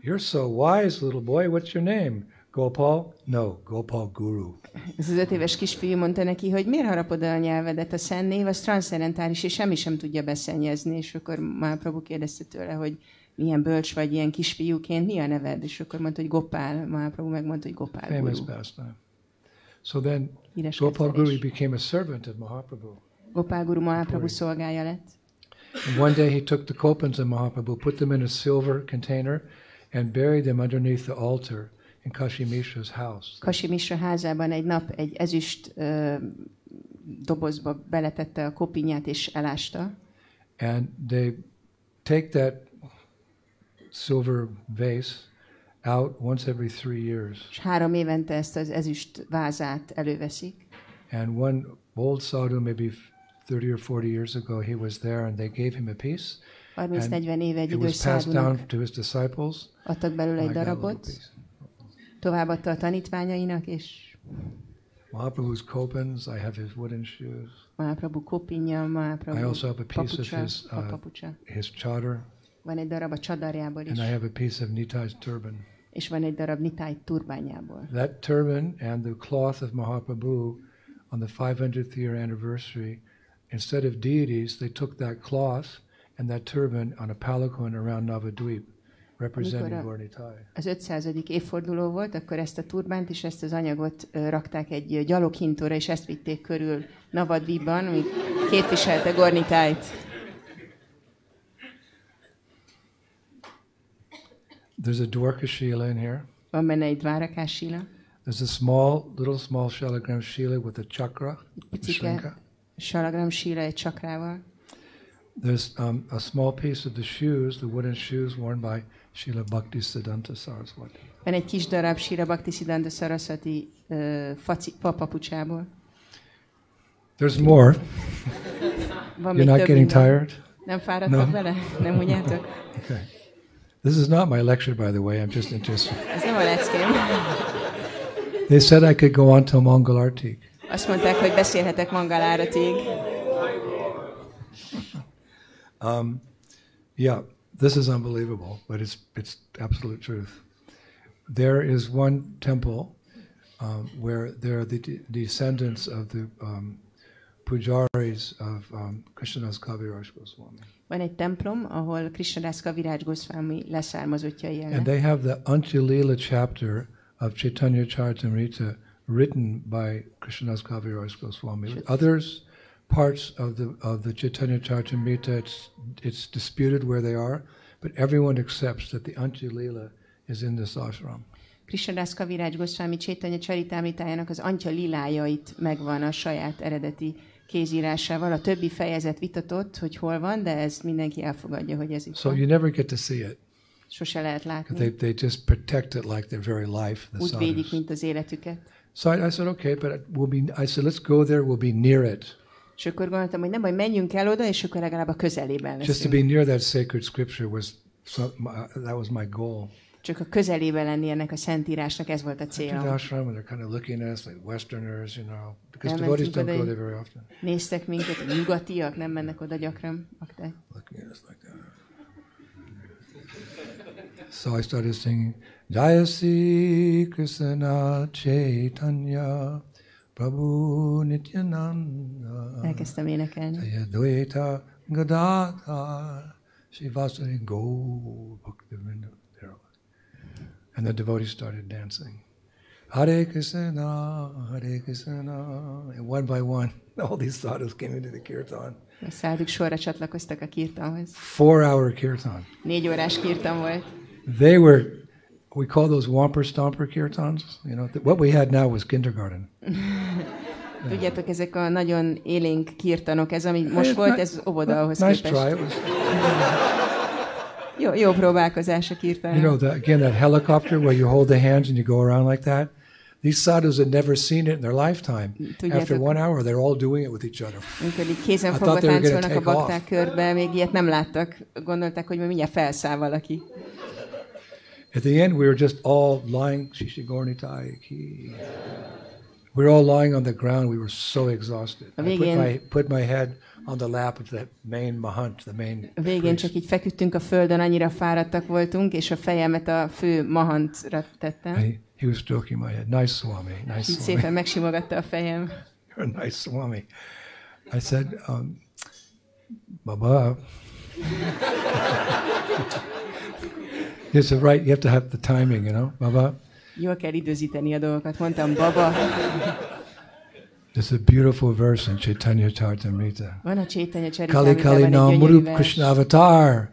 You're so wise, little boy. What's your name? Gopal? No, Gopal Guru.
ez az öt éves kisfiú mondta neki, hogy miért harapod el a nyelvedet, a szennév az transzcendentális, és semmi sem tudja beszennyezni. És akkor Mahaprabhu kérdezte tőle, hogy milyen bölcs vagy ilyen kisfiúként, mi a neved? És akkor mondta, hogy Gopál. Mahaprabhu megmondta, hogy Gopál
famous
guru.
pastime. So then
Híres
Gopal
kettelés.
Guru became a servant of Mahaprabhu.
Gopál guru Mahaprabhu szolgája lett.
And one day he took the kopans of Mahaprabhu, put them in a silver container, and buried them underneath the altar in Kashimisha's house.
Kasi Misra házában egy nap egy ezüst ö, dobozba beletette a kopinyát és elásta,
And they take that silver vase out once every three years.
és három évente ezt az ezüst vázát előveszik.
And one old sadhu, maybe 30 or 40 years ago, he was there and they gave him a piece. And
30-40 éve egy
It
idős
was passed
szádunak
down to his disciples.
adtak belőle
and
egy
I got a little
darabot,
piece.
továbbadta a tanítványainak, és
Mahaprabhu's copins. I have his wooden shoes.
Mahaprabhu kopinja,
I
Mahaprabhu
also have a piece of
papucsa,
his
a
uh,
papucsa.
his chador,
Van egy darab a csadarjából is,
and I have a piece of Nitai's turban.
és van egy darab Nitály turbányából.
That turban and the cloth of Mahaprabhu on the 500th year anniversary, instead of deities, they took that cloth and that turban on a palanquin around Navadvip, representing
Amikor a-
Gaur Nitai.
Az 500. évforduló volt, akkor ezt a turbánt és ezt az anyagot ö, rakták egy ö, gyaloghintóra, és ezt vitték körül Navadviban, ami képviselte Gornitájt.
There's a Dwarka Shila in here.
Van benne egy Dvárakás sila,
There's a small, little small shalagram Shila with a chakra, a
picike
shrinka.
Salagram síla egy csakrával.
There's um, a small piece of the shoes, the wooden shoes worn by Srila Bhakti Siddhanta Saraswati.
Van egy kis darab síra Bhaktisiddhanta Saraswati ö, faci, papapucsából.
There's more.
Van
You're
még
not
több
getting
minden.
tired?
Nem fáradtak
No.
vele? Nem unjátok?
Okay. This is not my lecture, by the way. I'm just interested.
Ez nem a leckém.
They said I could go on till Mangalartik.
Azt mondták, hogy beszélhetek Mangaláratig.
Yeah, this is unbelievable, but it's it's absolute truth. There is one temple um, where there are the de- descendants of the um, pujaris of um, Krishnadas Kaviraj Goswami.
Van egy templom, ahol Krishnadász Kavirács Goszvámi leszármazottjai
And
élnek.
they have the Antilila chapter of Chaitanya Charitamrita written by Krishnadas Kaviraj Goswami. With Others parts of the of the Chaitanya Charitamrita, it's it's disputed where they are, but everyone accepts that the Antilila is in this ashram.
Krishnadász Kavirács Goszvámi Csétanya Csaritámitájának az Antya lilájait megvan a saját eredeti kézírásával. A többi fejezet vitatott, hogy hol van, de ezt mindenki elfogadja, hogy ez itt
So
van.
you never get to see it.
Sose lehet
'cause
látni.
They, they just protect it like their very life. The
Úgy védik,
sadhus.
mint az életüket.
So I, I said, okay, but we'll be. I said, let's go there. We'll be near it,
És akkor gondoltam, hogy nem baj, menjünk el oda, és akkor legalább a közelében
just to
leszünk.
be near that sacred scripture was. So my, that was my goal.
Csak a közelében lenni ennek a szentírásnak, ez volt a
to the
célom.
ashram and they're kind of looking at us like Westerners, you know, because
Yeah, man,
devotees don't go
somebody-
there very often.
Néztek minket, a nyugatiak nem mennek oda gyakran. Akták.
Looking at us like that. So I started singing, Jaya Sri Krishna Chaitanya Prabhu Nityananda
Elkezdtem énekelni.
Jaya Dvaita Gadadhar Shivasuri Go Bhaktivinoda. There it was. And the devotees started dancing. Hare Krishna, Hare Krishna. And one by one, all these sadhus came into the kirtan.
A száduk sorra csatlakoztak a kirtamhoz.
Four hour kirtan.
Négy órás kirtam volt.
They were, we call those womper stomper kirtans. You know, th- what we had now was kindergarten.
Tudjátok, ezek a nagyon élénk kirtanok, ez ami most volt, ez óvodahoz
nice try.
képest.
It was,
Jó, jó próbálkozás a
you
kirtan.
know, the, again, that helicopter where you hold the hands and you go around like that. These sadhus had never seen it in their lifetime.
To get
After
the-
one hour, they're all doing it with each other.
Amikor így
I
kézenfogva
thought they were gonna
táncolnak a
take off.
bakták körbe, még ilyet nem láttak. Gondolták, hogy majd mindjárt felszáll valaki.
At the end, we were just all lying. Shishigornitaiki. We were all lying on the ground. We were so exhausted. I put
Végén-
my, put my head on the lap of the main mahant, the main.
A Végén csak így feküdtünk a földön, annyira fáradtak voltunk, és a fejemet a fő mahantra tettem.
He, he was stroking my head. Nice Swami, nice
Így
Swami,
szépen megsimogatta a fejem.
you're a nice Swami. I said, um, Baba. he said, right, you have to have the timing, you know, Baba.
Jól kell időzíteni a dolgokat. Mondtam, baba,
There's a beautiful verse in Chaitanya Charitamrita.
van a csétanya
Kali
cserétában,
Kali
van egy
Nam
gyönyörű
Rup
vers,
Krishna Avatar.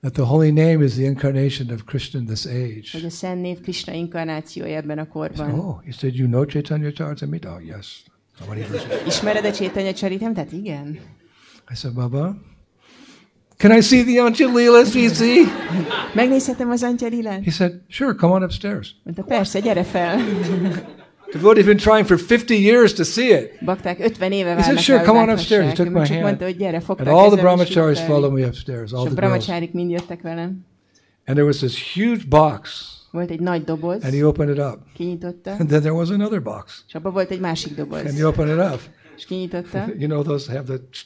That the holy name is the incarnation of Krishna in this
hogy
age.
a Szent Név Krishna inkarnációja ebben a korban.
Oh, he said, you know Chaitanya Charitamrita? Oh, yes. How many verses?
Ismered a csétanya cserétemet? Igen.
I said, Baba, can I see the Ancha Leela CC?
Megnézhetem az Antya Lilát?
He said, sure, come on upstairs.
Mondta, persze, gyere fel.
Devotee's been trying for 50 years to see it.
Bakták 50 éve
He
várnak
said, sure,
rá,
come on
hogy
upstairs. He took
láthassák. Ő meg
my
csak
hand.
mondta, hogy gyere,
And
fogták
all the
kezem, és így
brahmacharis
felvitt.
followed me upstairs, all
És a
the girls.
brahmacsárik mind jöttek velem.
And there was this huge box,
Volt egy nagy doboz,
and he opened it up.
kinyitotta,
And then there was another box,
és abban volt egy másik
and
doboz,
he opened it up.
és kinyitotta.
You know, those have the. It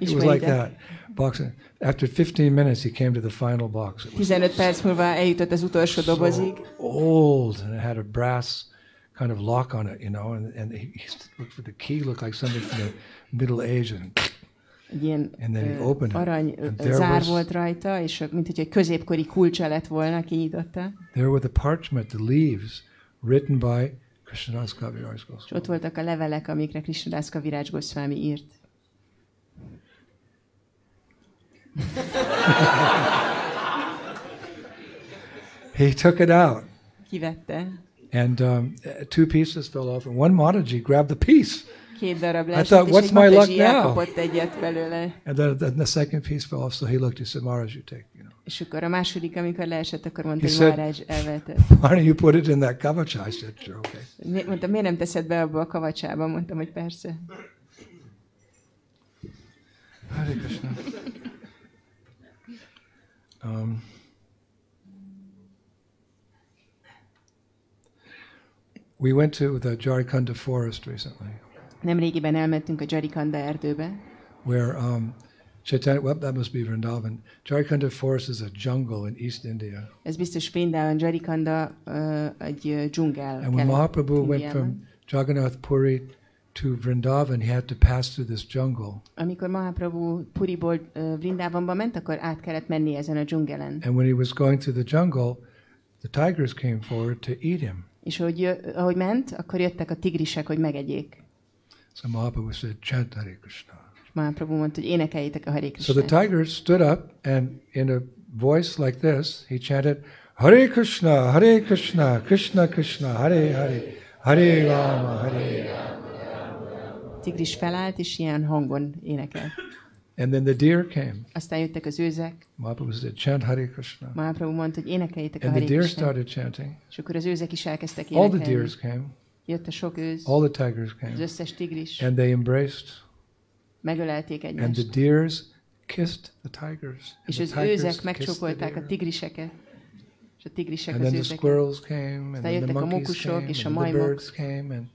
was
Ismael
like
Depp.
that. Boxing. After 15 minutes, he came to the final box. It was
15 perc múlva eljutott az utolsó dobozig,
old, and it had a brass kind of lock on it, you know. And, and he, he looked for the key, looked like something from the Middle Ages. And
egy ilyen
And then he
ö,
opened it.
arany ö,
And
ö,
there
zár
was-
volt rajta, és ö, mint hogy egy középkori kulcsa lett volna, kinyitotta.
there were the parchment, the leaves, written by Krishnadas Kaviraj
És ott voltak a levelek, amikre Krishnadász Kavirács Goswami írt.
He took it out,
Kivette.
and um, uh, two pieces fell off, and one Mataji grabbed the piece,
Két darab
thought, Hát,
lesett, és
uh, what's
egy
my luck
Mataji
now?
elkapott egyet belőle.
and then, then the second piece fell off. So he looked. He said, "Maharaj, you take." You know,
És akkor a második, amikor leesett, akkor mondta,
He
hogy
said-
Maharaj elvetett.
why don't you put it in that kavacha? I said, "Sure, okay."
Mi- Mondta, miért nem teszed be abba a kavacsába? Mondtam, hogy persze.
Hare Krishna. um, we went to the Jharkhanda forest recently,
Nemrégiben elmentünk a Jarikanda erdőbe.
where um, Chaitanya, well, that must be Vrindavan. Jharkhanda forest is a jungle in East India.
Ez biztos Vrindavan, Jarikanda ö, egy ö, dzsungel.
And when
kelet-
Mahaprabhu went
Indiában.
from Jagannath Puri to Vrindavan, he had to pass through this jungle.
Amikor Mahaprabhu Puriból ö, Vrindavanba ment, akkor át kellett menni ezen a dzsungelen.
And when he was going through the jungle, the tigers came forward to eat him.
És ahogy, jö- ahogy ment, akkor jöttek a tigrisek, hogy megegyék.
So Mahaprabhu said, Chant Hare Krishna.
És Mahaprabhu mondta, hogy énekeljétek a Hare
So the
Krishnát.
tiger stood up and in a voice like this, he chanted, Hare Krishna, Hare Krishna, Krishna Krishna, Hare Hare, Hare Rama, Hare Rama.
A tigris felállt, és ilyen hangon énekelt.
And then the deer came.
Aztán jöttek az őzek.
Mahaprabhu said, chant Hare Krishna.
Mahaprabhu mondta, hogy énekeljétek a
And the
Hare
deer
Krishnát.
started chanting.
És akkor az őzek is elkezdtek
All the
énekelni.
deers came,
Jött a sok őz,
all the tigers
az
came.
összes tigris,
And they embraced.
megölelték
And the
egymást.
deers kissed the tigers. And
És
the
az
tigers
őzek
kissed the
megcsókolták a
deer.
tigriseket, és a tigrisek
And
az
then the
őzeket.
squirrels came, and
Aztán
then the
jöttek a
monkeys
mókusok
came,
és a
and the
majmok.
birds came, and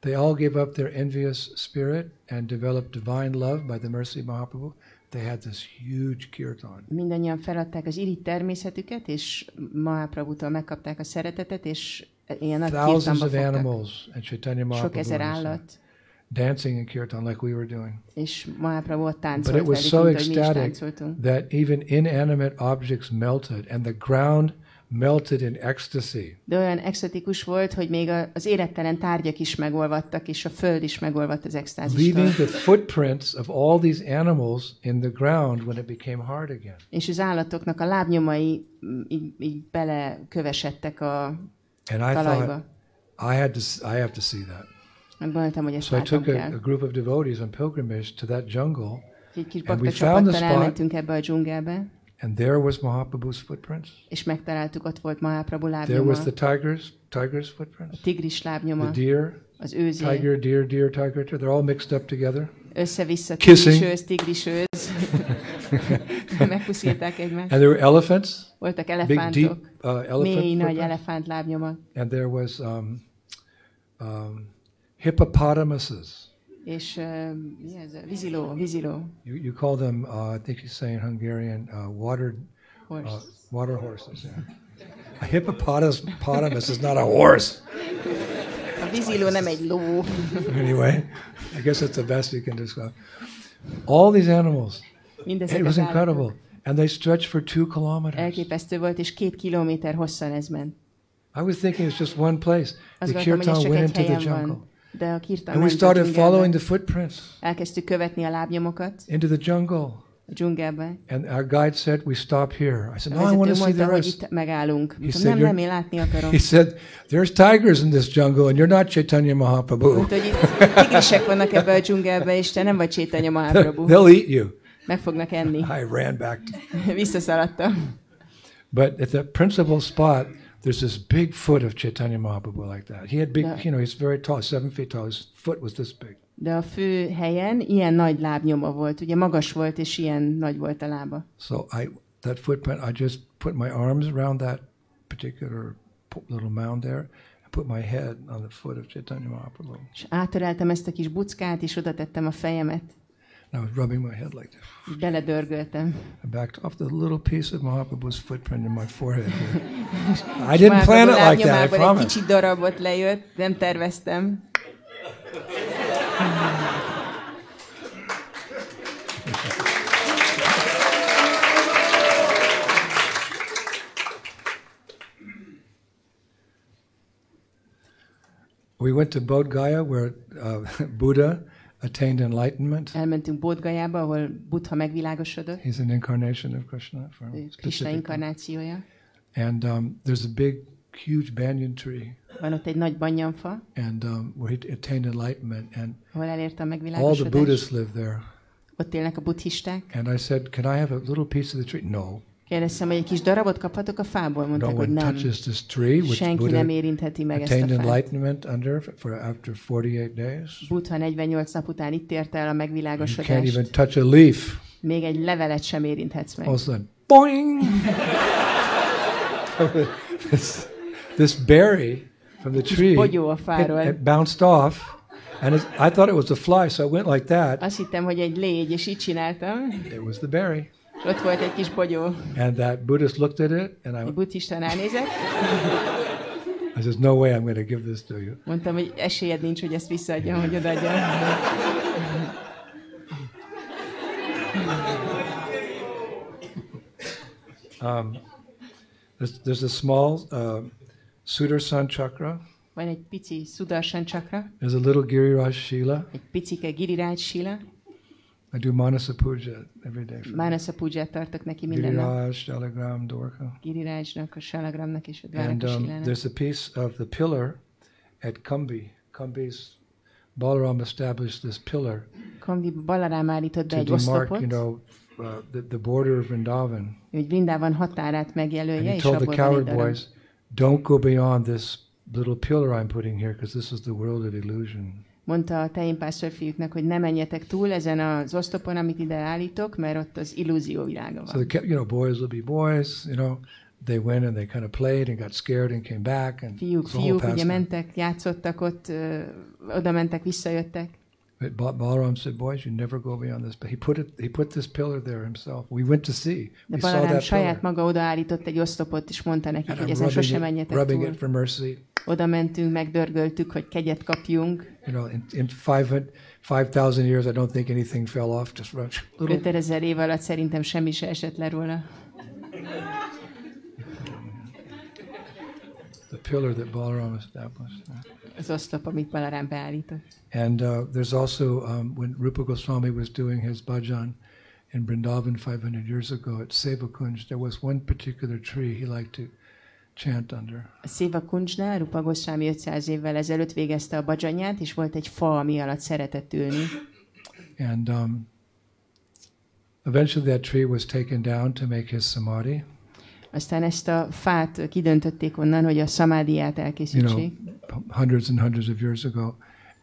They all gave up their envious spirit and developed divine love by the mercy of Mahaprabhu. They had this huge kirtan.
Mindannyian feladták az irigy természetüket, és Mahaprabhutól megkapták a szeretetet, és ilyen nagy
Thousands
kirtamba
of
fogtak.
animals and Chaitanya
Sok ezer
Mahaprabhu was
állat,
dancing in kirtan like we were doing.
és Mahaprabhu ott
But
táncolt
it
velük,
was so
mint ahogy mi is
ecstatic
táncoltunk.
that even inanimate objects melted and the ground melted in ecstasy.
De olyan exotikus volt, hogy még a- az élettelen tárgyak is megolvadtak, és a föld is megolvadt az extázistól.
leaving the footprints of all these animals in the ground when it became hard again.
És az állatoknak a lábnyomai mm, így, így belekövesedtek a
And I
talajba.
thought, I had to, s- I have to see that.
Gondoltam, hogy ezt
So I
látnom
took a,
kell.
a group of devotees on pilgrimage to that jungle,
Úgyhogy Egy kis
and we
bakta
found the
csapattal
spot.
elmentünk ebbe a dzsungelbe,
and there was Mahaprabhu's footprints.
és megtaláltuk, ott volt Mahaprabhu
There
lábnyoma,
was the tigers, tigers' footprints,
a tigris
the
lábnyoma,
deer,
az őzé,
tiger, deer, deer, tiger. tiger. They're all mixed up together.
össze-vissza
Kissing.
tigrisőz, tigrisőz. Megpuszíták egymást.
And there were elephants,
Voltak
big, deep
elefántok,
uh,
mély,
elephant
nagy
footprints.
elefánt lábnyoma,
And there was um, um, hippopotamuses.
és ö, mi ez? Viziló, viziló,
You, you call them, uh, I think you say in Hungarian, uh, water uh,
horse.
water horses. Yeah. a hippopotamus potamus is not a horse.
A viziló nem egy ló.
Anyway, I guess that's the best you can describe. All these animals,
Mindezek
it
az
was
állatok.
incredible. And they stretched for two kilometers.
Elképesztő volt, és két kilométer hosszan ez ment.
I was thinking it's just one place.
Azt
The
gondoltam, hogy ez
kirtan
csak
went
egy
into the
helyen
jungle.
van. De a kirtán
And we
ment a
started following
dzsungelbe.
the footprints
Elkezdtük követni a lábnyomokat
into the jungle.
a dzsungelbe.
And our guide said, We stop here. I said,
A
No, I want to
vezető
see the
mondta, hogy
rest.
itt megállunk. Mondtam,
said
nem,
you're-
nem, én látni akarom.
He said, There's tigers in this jungle, and you're not Chaitanya Mahaprabhu.
Mondta, hogy itt tigrisek vannak ebbe a dzsungelbe, és te nem vagy sétány a Mahaprabhu.
They'll eat you.
Meg fognak enni.
I ran back to
Visszaszaladtam.
But at that principal spot, there's this big foot of Chaitanya Mahaprabhu like that. He had big,
Yeah.
you know, he's very tall, seven feet tall. His foot was this big.
De a fő helyen ilyen nagy lábnyoma volt. Ugye magas volt, és ilyen nagy volt a lába.
So I, that footprint, I just put my arms around that particular p- little mound there and put my head on the foot of Chaitanya Mahaprabhu.
És átöleltem ezt a kis buckát, és oda tettem a fejemet.
And I was rubbing my head like this.
És beledörgöltem.
I backed off the little piece of Mahaprabhu's footprint in my forehead. Here. I didn't plan it like that, I
lábnyomából egy
promise.
kicsi darabot lejött, nem terveztem.
We went to Bodh Gaya where uh, Buddha attained enlightenment.
Elmentünk Bodgajába, ahol Buddha megvilágosodott,
He's an incarnation of Krishna. From
ő Krishna
specific-
inkarnációja.
And um, there's a big, huge banyan tree,
Van ott egy nagy banyanfa,
and um, where he attained enlightenment, and
ahol elérte a
all the
megvilágosodást.
Buddhists live there.
Ott élnek a buddhisták.
And I said, "Can I have a little piece of the tree?" No,
Kérdeztem, hogy egy kis darabot kaphatok a fából?
no
Mondták, hogy
one
nem.
touches this tree, which
Senki nem
Buddha
érintheti meg ezt
attained
a fát.
enlightenment under for after 48 days.
Buddha 48 nap után itt érte el a
You can't even
megvilágosodást.
touch a leaf.
Még egy levelet sem érinthetsz meg.
All of a sudden, boing! this, this berry from the tree
bogyó a
it,
fáról.
it bounced off, and it's, I thought it was a fly, so I went like that.
Azt hittem, hogy egy légy, és így csináltam.
It was the berry.
És ott volt egy kis bogyó.
And that Buddhist looked at it, and I,
Egy buddhista ránézett,
I says, "No way, I'm going to give this to you."
mondtam, hogy esélyed nincs, hogy ezt visszaadjam, hogy odaadjam.
There's, there's a small uh, Sudarshan chakra.
Van egy pici Sudarshan csakra,
There's a little Giriraj Shila.
egy picike Giriraj Sila,
I do Manasa Puja every day. For
Manasa Puját tartok neki minden nap.
Giriraj, Shalagram, Dwarka.
Girirajnak, a Salagramnak és a
And
Dvaraka
um,
Silának.
there's a piece of the pillar at Kambi. Kambi's Balaram established this pillar
Kambi Balarám állított be
to
egy
demarc,
oszlopot,
you know, uh, the, the border of Vrindavan.
hogy Vrindában határát
And
megjelölje,
he
és
told the
abból van egy
coward
darab.
boys, don't go beyond this little pillar I'm putting here because this is the world of illusion.
Mondta a tejénpásztor fiúknak, hogy ne menjetek túl ezen az oszlopon, amit ide állítok, mert ott az illúzió világa
So
van.
the, ca- you know, boys will be boys, you know, they went and they kind of played and got scared and came back and it
Fiúk,
was a whole
fiúk ugye
pastime.
mentek, játszottak ott, ö, oda mentek, visszajöttek.
But Ba- Balaram said, "Boys, you never go beyond this." But he put it. He put this pillar there himself. We went to see.
De
We saw
Balarám
that
saját
pillar.
maga odaállított egy oszlopot, és mondta nekik,
And
hogy
I'm
ezen sose
rubbing it,
menjetek
rubbing
túl.
it for mercy.
Oda mentünk, megdörgöltük, hogy kegyet kapjunk.
You know, in, in five hun- 5,000 years, I don't think anything fell off. Just run- little.
5000 év alatt szerintem semmi se esett le róla.
The pillar that Balaram established.
Az oszlop, amit Balarám beállított.
And uh, there's also um, when Rupa Goswami was doing his bhajan in Vrindavan 500 years ago at Sevakunj, there was one particular tree he liked to chant under.
A Széva Kuncsnál Rupa Goswami 500 évvel ezelőtt végezte a badzsanyát, és volt egy fa, ami alatt szeretett ülni.
And um, eventually that tree was taken down to make his samadhi.
Aztán ezt a fát kidöntötték onnan, hogy a szamádiát
You
elkészítsék
hundreds and hundreds of years ago.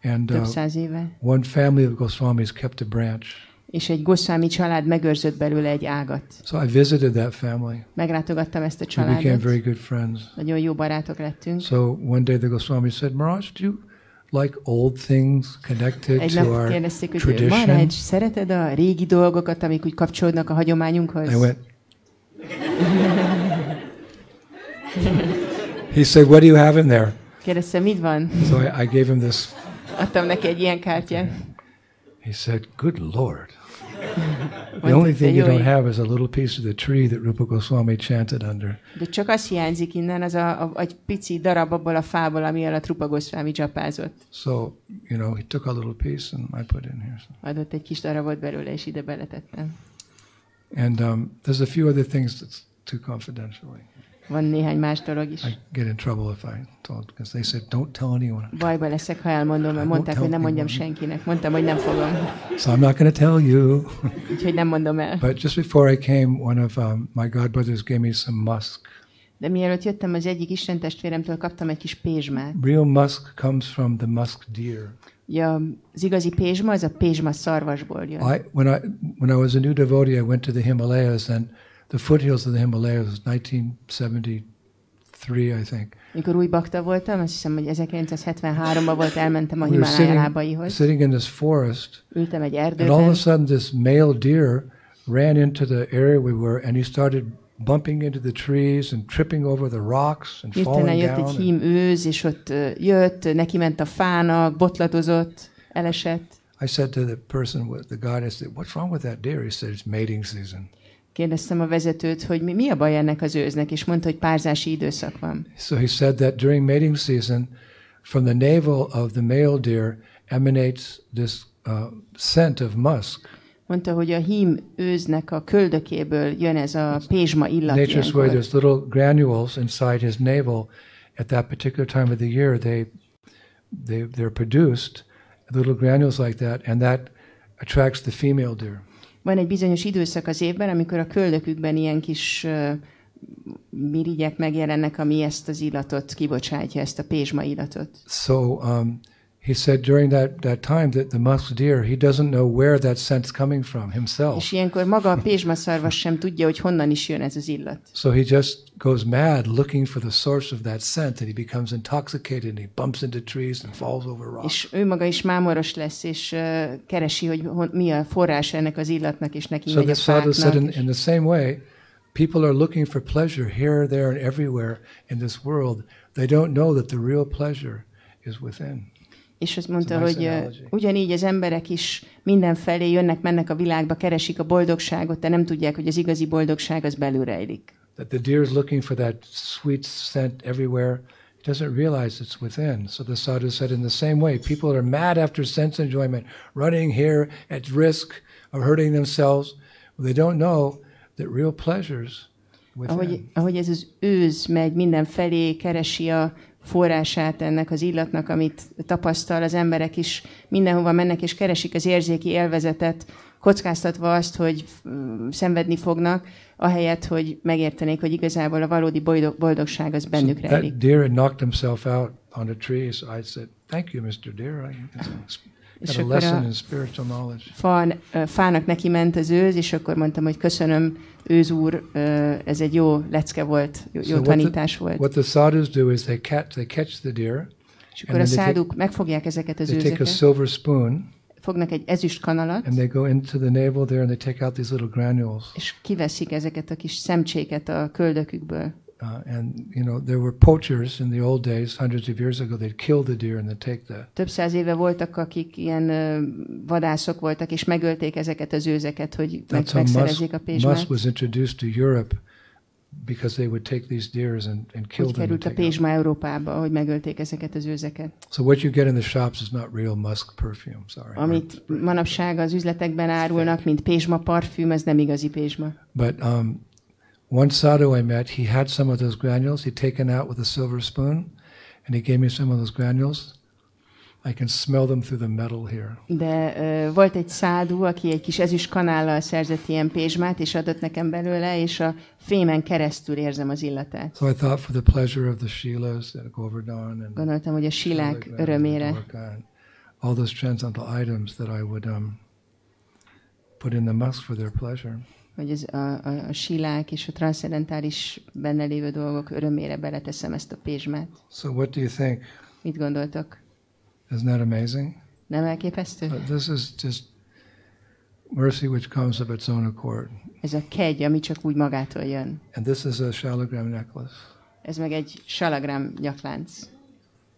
And
több
uh,
száz éve.
one family of Goswamis kept a branch.
És egy Goswami család megőrzött belőle egy ágat.
So I visited that family.
Meglátogattam ezt a
We became
családot.
very good friends.
Nagyon jó barátok lettünk.
So one day the Goswami said, Maharaj, do you like old things connected
Egy
to
nap
our
kérdezték, hogy ő,
tradition?
Marács, szereted a régi dolgokat, amik úgy kapcsolódnak a
I
hagyományunkhoz?
went. he said, What do you have in there?
Kérdeztem, mit van?
So I, I gave him this.
Adtam neki egy ilyen kártyát.
He said, Good Lord. The
Mondta,
only
"Te
thing you
jó
don't
ég."
have is a little piece of the tree that Rupa Goswami chanted under.
De csak az hiányzik innen, az a, a, egy pici darab abból a fából, ami alatt Rupa Goswami csapázott.
So, you know, he took a little piece and I put it in here. So-
Adott egy kis darabot belőle, és ide beletettem.
And um, there's a few other things that's too confidential.
Van néhány más dolog is.
I get in trouble if I told, because they said, Don't tell anyone.
Bajba leszek, ha elmondom, mert mondták, hogy nem mondjam senkinek. Mondtam, hogy nem fogom.
So I'm not going to tell you.
Úgyhogy nem mondom el.
But just before I came, one of um, my godbrothers gave me some musk.
De mielőtt jöttem, az egyik istentestvéremtől kaptam egy kis pézsmát.
Real musk comes from the musk deer.
Ugye az igazi pézsma, az a pézsma szarvasból jön.
I, when I when I was a new devotee, I went to the Himalayas and the foothills of the Himalayas, 1973, I think.
Mikor új bakta voltam, azt hiszem, hogy 1973-ban volt, elmentem a
We were
Himalája
sitting,
lábaihoz.
sitting in this forest,
Ültem egy
and all of
erdőben,
a sudden, this male deer ran into the area we were, and he started bumping into the trees and tripping over the rocks and
hirtelen
falling
jött
down.
egy
And
hím őz, és ott ö, jött, neki ment a fának, botlatozott, elesett.
I said to the person, with the guide, I said, "What's wrong with that deer?" He said, "It's mating season."
Kérdeztem a vezetőt, hogy mi, mi a baj ennek az őznek, és mondta, hogy párzási időszak van.
So he said that during mating season, from the navel of the male deer emanates this uh, scent of musk.
Mondta, hogy a hím őznek a köldökéből jön ez a pézsma illat.
Nature's way,
ilyenkor.
there's little granules inside his navel. At that particular time of the year, they, they they're produced little granules like that, and that attracts the female deer.
Van egy bizonyos időszak az évben, amikor a köldökükben ilyen kis ö, mirigyek megjelennek, ami ezt az illatot kibocsátja, ezt a pézsma illatot.
So um, he said during that, that time that the musk deer he doesn't know where that scent's coming from himself.
És ilyenkor maga a pézsmaszarvas sem tudja, hogy honnan is jön ez az illat.
So he just goes mad looking for the source of that scent and he becomes intoxicated and he bumps into trees and falls over rocks.
És ő maga is mámoros lesz, és ö, keresi, hogy hon, mi a forrás ennek az illatnak, és neki
So
megy a
this sadhu said, in,
fáknak.
in the same way, people are looking for pleasure here, there, and everywhere in this world. They don't know that the real pleasure is within.
És azt mondta,
It's a nice
hogy ö,
analogy.
ugyanígy az emberek is mindenfelé jönnek, mennek a világba, keresik a boldogságot, de nem tudják, hogy az igazi boldogság az belül rejlik.
That the deer is looking for that sweet scent everywhere. He doesn't realize it's within. So the sadhu said, in the same way, people are mad after sense enjoyment, running here at risk of hurting themselves. They don't know that real pleasures within.
Ahogy, ahogy ez az őz megy mindenfelé, keresi a forrását ennek az illatnak, amit tapasztal az emberek is, mindenhova mennek és keresik az érzéki élvezetet, kockáztatva azt, hogy mm, szenvedni fognak, ahelyett, hogy megértenék, hogy igazából a valódi boldog, boldogság az bennük rejlik.
That deer had knocked himself out on a tree, so I said, "Thank you, Mr. Deer." I-
És
had a
akkor
lesson
a
in spiritual knowledge.
fa, ö, fának neki ment az őz, és akkor mondtam, hogy köszönöm, őz úr, ö, ez egy jó lecke volt, jó,
So
jó
what the-
tanítás volt.
What the sadhus do is they catch, they catch the deer,
És akkor
and then
a
they take-
száduk megfogják ezeket az
they take a
őzeket,
silver spoon,
fognak egy ezüst kanalat,
and they go into the navel there and they take out these little granules.
és kiveszik ezeket a kis szemcséket a köldökükből.
Uh, and, you know, there were poachers in the old days, hundreds of years ago, they'd kill the deer and they'd take the,
Több száz éve voltak, akik ilyen ö, vadászok voltak, és megölték ezeket az őzeket, hogy meg,
That's how musk,
megszerezzék a
musk
pézsmát.
was introduced to Europe because they would take these deers and, and kill
Úgy
them. and
került a
take out.
pézsma Európába, hogy megölték ezeket az őzeket.
So what you get in the shops is not real musk perfume, sorry.
Amit manapság az üzletekben árulnak, mint pézsma parfüm, ez nem igazi pézsma.
But um, one sadhu I met, he had some of those granules he'd taken out with a silver spoon, and he gave me some of those granules. I can smell them through the metal here.
De ö, volt egy szádú, aki egy kis ezüst kanállal szerzett ilyen pézsmát, és adott nekem belőle, és a fémen keresztül érzem az illatát.
So I thought for the pleasure of the Shilas that Govardhan and
Gondoltam, hogy a silák
Shalagram and
örömére
Dwarka and all those transcendental items that I would um, put in the musk for their pleasure.
hogy ez a, a, a silák és a transzcendentális benne lévő dolgok örömére beleteszem ezt a pézsmát.
So what do you think?
Mit gondoltok?
Isn't that amazing?
Nem elképesztő?
But this is just mercy which comes of its own accord.
Ez a kegy, ami csak úgy magától jön.
And this is a shalagram necklace.
Ez meg egy salagram nyaklánc.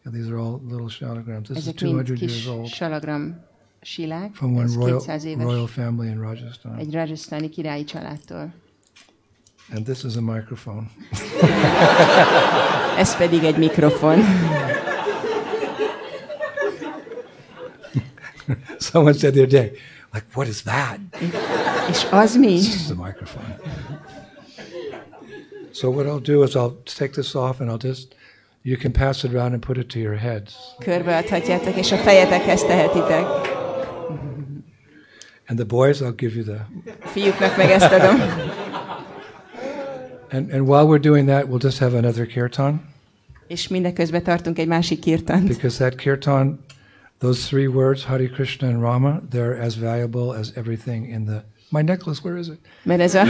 Yeah, these are all little shalagrams. This is
Ezek mind
200
kis
years old
salagram silák.
from one
Ez
royal,
200 éves.
royal family in Rajasthan.
Egy rajasztáni királyi családtól.
And this is a microphone.
Ez pedig egy mikrofon.
Someone said the other day, like, what is that?
És az mi?
This is a microphone. so what I'll do is I'll take this off and I'll just, you can pass it around and put it to your heads.
Körbeadhatjátok, és a fejetekhez tehetitek.
And the boys, I'll give you the.
Fiúknak meg ezt adom.
And, and while we're doing that, we'll just have another kirtan.
És mindeközben tartunk egy másik kirtant.
Because that kirtan, those three words, Hare Krishna and Rama, they're as valuable as everything in the. My necklace, where is it?
Mert ez a,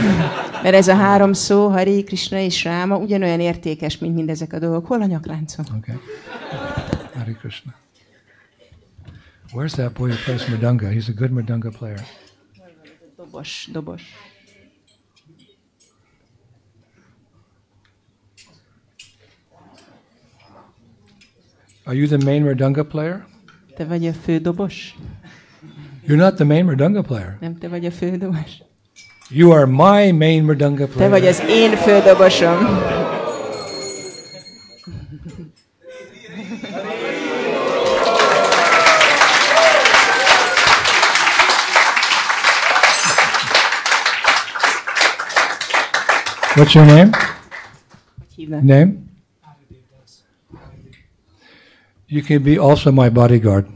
mert ez a három szó, Hari, Krishna és Ráma, ugyanolyan értékes, mint mindezek a dolgok. Hol a nyakláncom?
Okay. Hare Krishna. Where's that boy who plays Madanga? He's a good Madanga player.
Dobos, dobos.
Are you the main Madanga player?
Te vagy a fő dobos?
You're not the main Madanga player.
Nem te vagy a fő dobos?
You are my main Madanga
Te vagy
player.
az én fő dobosom.
What's your name?
Hogy hívnak?
Name? You can be also my bodyguard.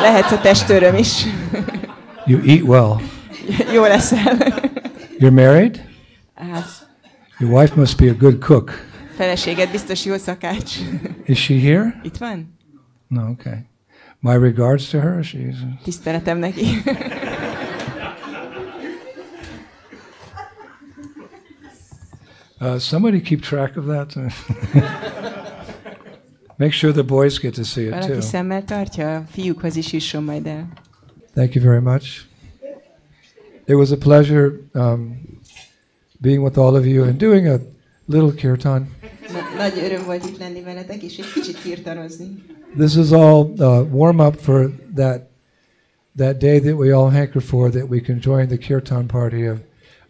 Lehetsz a testőröm is.
You eat well.
Jó leszel.
You're married?
Hát,
Your wife must be a good cook.
feleséged biztos jó szakács.
Is she here?
Itt van?
No, okay. My regards to her. She's.
Tiszteletem neki.
Uh, somebody keep track of that. Make sure the boys get to see it
Valaki
too.
szemmel tartja, a fiúkhoz is jusson majd el.
Thank you very much. It was a pleasure um, being with all of you and doing a little kirtan.
Na, nagy öröm volt itt lenni veletek, és egy kicsit kirtanozni.
This is all uh, warm up for that that day that we all hanker for, that we can join the kirtan party of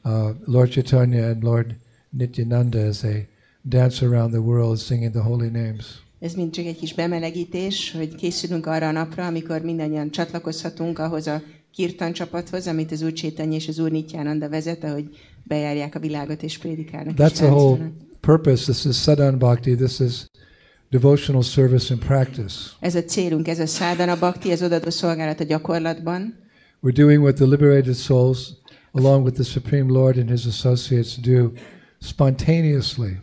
uh, Lord Chaitanya and Lord Nityananda as they dance around the world singing the holy names.
Ez mind csak egy kis bemelegítés, hogy készülünk arra a napra, amikor mindannyian csatlakozhatunk ahhoz a kirtan csapathoz, amit az Úr Csétanya és az Úr Nityananda vezet, ahogy bejárják a világot és prédikálnak. és
That's the whole
táncolnak.
purpose. This is sadhan bhakti. This is devotional service and practice.
Ez a célunk, ez a szádana bakti, ez odadó szolgálat a gyakorlatban,
We're doing what the liberated souls, along with the Supreme Lord and his associates, do spontaneously.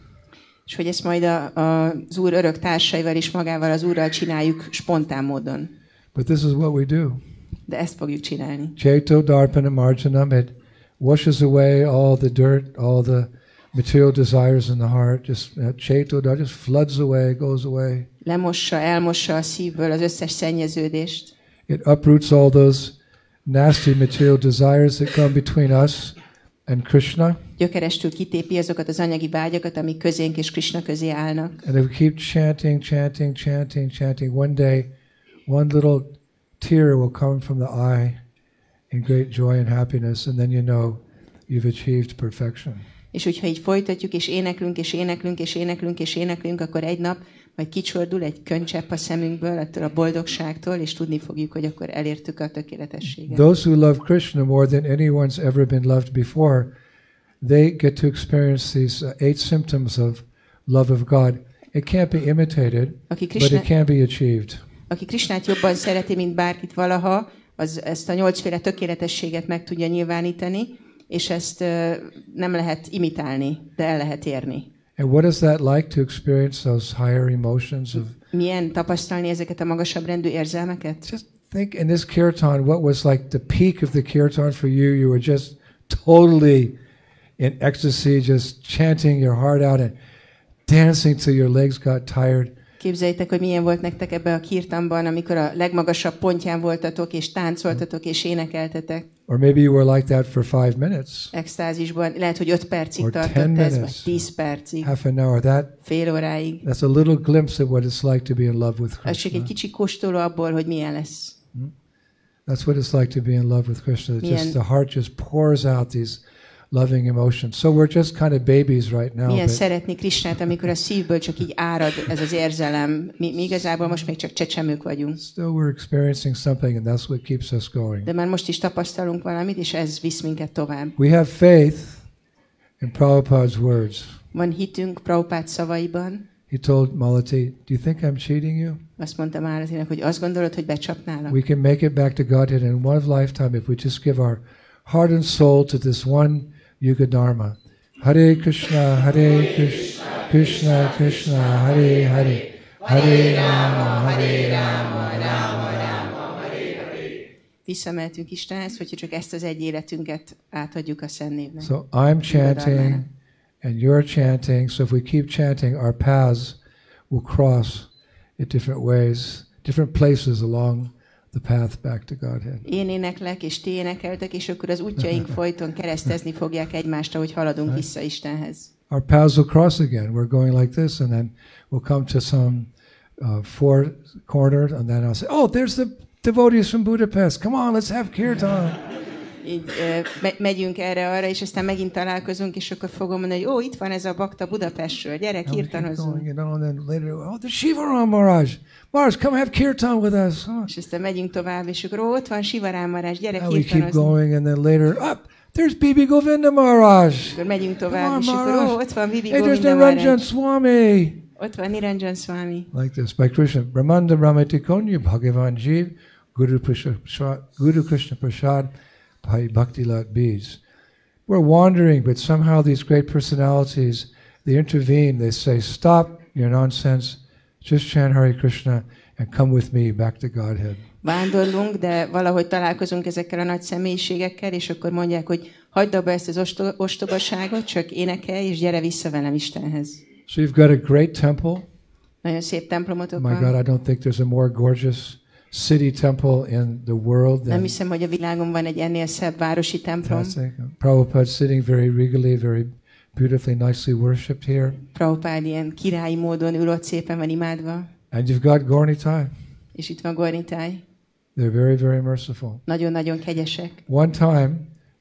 és hogy ezt majd a, a, az Úr örök társaival és magával az Úrral csináljuk spontán módon.
But this is what we do.
de ezt fogjuk csinálni.
Chaito Darpana Marjanam, it washes away all the dirt, all the material desires in the heart. Just uh, Chaito Darpana just floods away, goes away.
Lemossa, elmossa a szívből az összes szennyeződést,
It uproots all those nasty material desires that come between us and Krishna.
gyökerestül kitépi azokat az anyagi vágyakat, amik közénk és Krishna közé állnak.
And if we keep chanting, chanting, chanting, chanting, one day one little tear will come from the eye in great joy and happiness, and then you know you've achieved perfection.
És hogyha így folytatjuk, és éneklünk, és éneklünk, és éneklünk, és éneklünk, akkor egy nap majd kicsordul egy könycsepp a szemünkből, attól a boldogságtól, és tudni fogjuk, hogy akkor elértük a tökéletességet.
Those who love Krishna more than anyone's ever been loved before, they get to experience these uh, eight symptoms of love of God. It can't be imitated,
Aki,
but
Krishna,
it can be achieved.
aki Krisnát jobban szereti, mint bárkit valaha, az ezt a nyolcféle tökéletességet meg tudja nyilvánítani, és ezt ö, nem lehet imitálni, de el lehet érni.
And what is that like to experience those higher emotions of
Milyen tapasztalni ezeket a magasabb rendű érzelmeket?
just think in this kirtan, what was like the peak of the kirtan for you? You were just totally in ecstasy, just chanting your heart out and dancing till your legs got tired.
Képzeljétek, hogy milyen volt nektek ebbe a kirtamban, amikor a legmagasabb pontján voltatok, és táncoltatok, és énekeltetek
Or maybe you were like that for five minutes,
extázisban. Lehet, hogy 5 percig
Or
tartott
10
ez, vagy
minutes.
10 percig,
half an hour. That
fél óráig.
that's a little glimpse of what it's like to be in love with
Az csak egy
Krishna.
kicsi kóstoló abból, hogy milyen lesz.
That's what it's like to be in love with Krishna. It's
Milyen-
Just the heart just pours out these loving emotions. So we're just kind of babies right now.
Milyen
But
szeretni Krisnát, amikor a szívből csak így árad ez az érzelem. Mi, mi igazából most még csak csecsemők vagyunk.
still we're experiencing something, and that's what keeps us going.
De már most is tapasztalunk valamit, és ez visz minket tovább.
We have faith in Prabhupada's words.
Van hitünk Prabhupád szavaiban.
He told Malati, Do you think I'm cheating you?
Azt mondta Málatinak, hogy azt gondolod, hogy becsapnálak?
We can make it back to Godhead in one lifetime if we just give our heart and soul to this one Yuga Dharma. Hare Krishna, Hare Krishna, Krishna Krishna, Hare Hare, Hare Rama, Hare Rama, Rama Rama.
visszamehetünk Istenhez, hogyha csak ezt az egy életünket átadjuk a Szentnévnek. So,
So I'm chanting and you're chanting. So if we keep chanting, our paths will cross in different ways, different places along the path back to Godhead.
Én éneklek, és ti énekeltek, és akkor az útjaink folyton keresztezni fogják egymást, ahogy
Szóval-
haladunk vissza Istenhez.
Our paths will cross again. We're going like this, and then we'll come to some uh, four corner, and then I'll say, "Oh, there's the devotees from Budapest. Come on, let's have kirtan."
Így ö, me- megyünk erre-arra, és aztán megint találkozunk, és akkor fogom mondani, hogy ó, itt van ez a bakta Budapestről, gyere,
And we keep
kirtanozunk.
going, you know, and then later, oh, the Shivaram Maharaj, Maharaj, come have kirtan with us. Come on.
És aztán megyünk tovább, és akkor ó, ott van Sivarámarás, gyere,
And we keep
kirtanozunk.
going, and then later, up there's Bibi Govinda Maharaj.
Akkor megyünk
Come
tovább,
on,
és akkor
Maharaj.
ó, ott van Vivi
Hey, there's
Govinda
Niranjan
Maharaj.
Swami.
Ott van Niranjan Swami.
Like this by Krishna. Brahmanda Brahmati Konya Bhagavan Jeev Guru Krishna Prasad, Guru Krishna Prasad Bhai Bhakti Lat Bees. We're wandering, but somehow these great personalities, they intervene. They say, stop your nonsense. Just chant Hare Krishna and come with me back to Godhead.
vándorlunk, de valahogy találkozunk ezekkel a nagy személyiségekkel, és akkor mondják, hogy hagyd abba ezt az osto- ostobaságot, csak énekelj, és gyere vissza velem Istenhez.
So you've got a great temple.
Nagyon szép
Oh
templomotok
my
van.
God, I don't think there's a more gorgeous city temple in the world
Nem
than
hiszem, hogy a világon van egy ennél szebb városi templom.
Fantastic. Prabhupada sitting very regally, very beautifully, nicely worshipped here.
Prabhupád ilyen királyi módon ül ott szépen van imádva,
And you've got Gornitai.
és itt van Gornitáj.
They're very, very merciful.
Nagyon-nagyon kegyesek.
One time,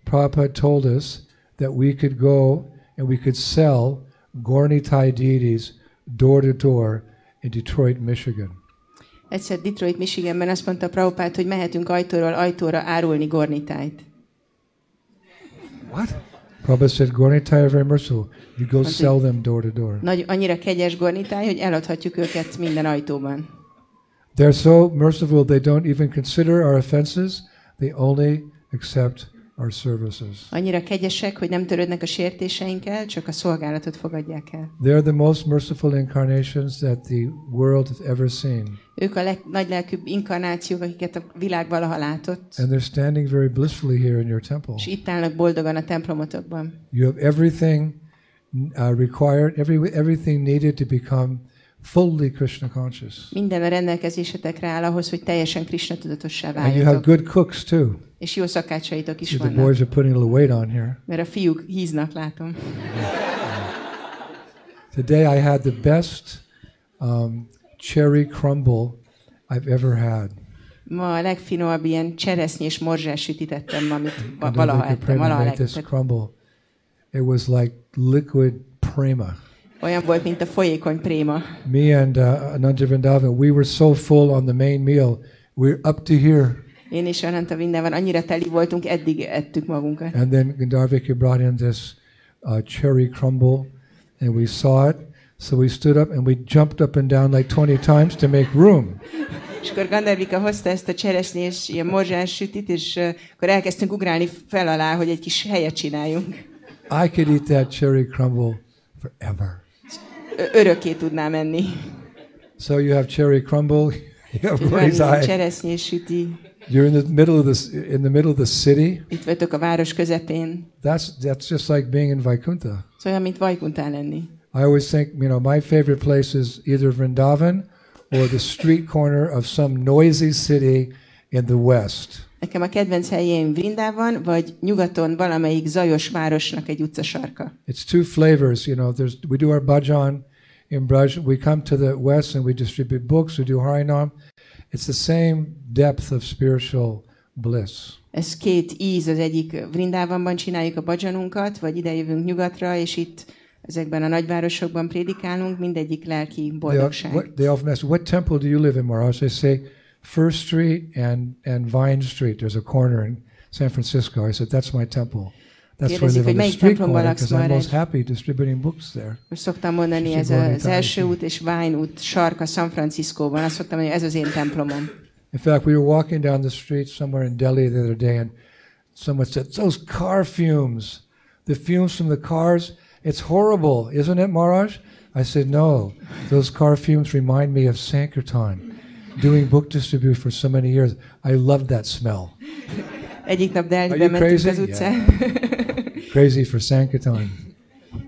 Prabhupada told us that we could go and we could sell Gornitai deities door to door in Detroit, Michigan.
Egyszer Detroit, Michiganben azt mondta Prabhupád, hogy mehetünk ajtóról ajtóra árulni Gornitájt.
What? Prabhupada said, Gornitai are very merciful. You go
Auntie.
sell them door to door.
Nagy, annyira kegyes Gornitáj, hogy eladhatjuk őket minden ajtóban.
They're so merciful, they don't even consider our offenses. They only accept our services.
Annyira kegyesek, hogy nem törődnek a sértéseinkkel, csak a szolgálatot fogadják el.
They're the most merciful incarnations that the world has ever seen.
Ők a leg, nagy lelkűbb inkarnációk, akiket a világ valaha látott,
And they're standing very blissfully here in your temple.
és itt állnak boldogan a templomotokban.
You have everything uh, required, every, everything needed to become fully Krishna conscious.
Minden a rendelkezésetekre áll ahhoz, hogy teljesen Krishna tudatossá
And you have
váljatok,
good cooks too.
és jó szakácsaitok is
See, the
vannak.
boys are putting hát- a little weight on here.
Mert a fiúk híznak, látom.
Today I had the best um, cherry crumble I've ever had.
Ma a legfinomabb ilyen cseresznyi és morzsás sütítettem, amit va-
I don't
valaha
think your
ettem,
prema
valaha
made this
legettem.
crumble. It was like liquid prema.
Olyan volt, mint a folyékony préma.
Me and uh, Ananda Vrindavan, we were so full on the main meal. We're up to here.
Én és Ananta mindenben annyira teli voltunk, eddig ettük magunkat.
And then Gandharvika brought in this uh, cherry crumble, and we saw it. So we stood up and we jumped up and down like 20 times to make room.
És akkor Gandarvika hozta ezt a cseresznyi és ilyen morzsás sütit, és ö, akkor elkezdtünk ugrálni fel alá, hogy egy kis helyet csináljunk.
I could eat that cherry crumble forever.
Ö- Örökké tudná menni.
So you have cherry crumble, you have
Van
rice
ilyen
eye.
cseresznyi és süti,
You're in the middle of this in the middle of the city.
itt vagytok a város közepén.
That's that's just like being in Vaikunta.
Ez olyan, mint Vajkuntán lenni.
I always think, you know, my favorite place is either Vrindavan or the street corner of some noisy city in the west.
Nekem a kedvenc helyén Vrindában, vagy nyugaton valamelyik zajos városnak egy utcasarka.
It's two flavors, you know. There's we do our bhajan in Braj. We come to the West and we distribute books. We do harinam. It's the same depth of spiritual bliss.
Ez két íz, az egyik Vrindávanban csináljuk a bajanunkat, vagy ide jövünk nyugatra, és itt ezekben a nagyvárosokban prédikálunk, mindegyik lelki
They, all-
boldogság.
what, they often ask, "What temple do you live in, Maharaj?" They say, First Street and and Vine Street." There's a corner in San Francisco. I said, "That's my temple. That's where I
Kérdezik,
live
hogy
on the
melyik
street
templomban
corner
laksz,
because I'm most
Maharaj?
happy distributing books there."
Most szoktam mondani,
Sisi
ez
Bhagavatam.
az első út és Vine út sarka San Franciscóban. Azt szoktam mondani, ez az én templomom.
In fact, we were walking down the street somewhere in Delhi the other day, and someone said, Those car fumes, the fumes from the cars, it's horrible, isn't it, Maharaj? I said, No, those car fumes remind me of Sankirtan, doing book distribution for so many years. I love that smell.
Egyik nap
Are you
Delhibe mentünk az
crazy?
utcán,
Crazy for Sankirtan.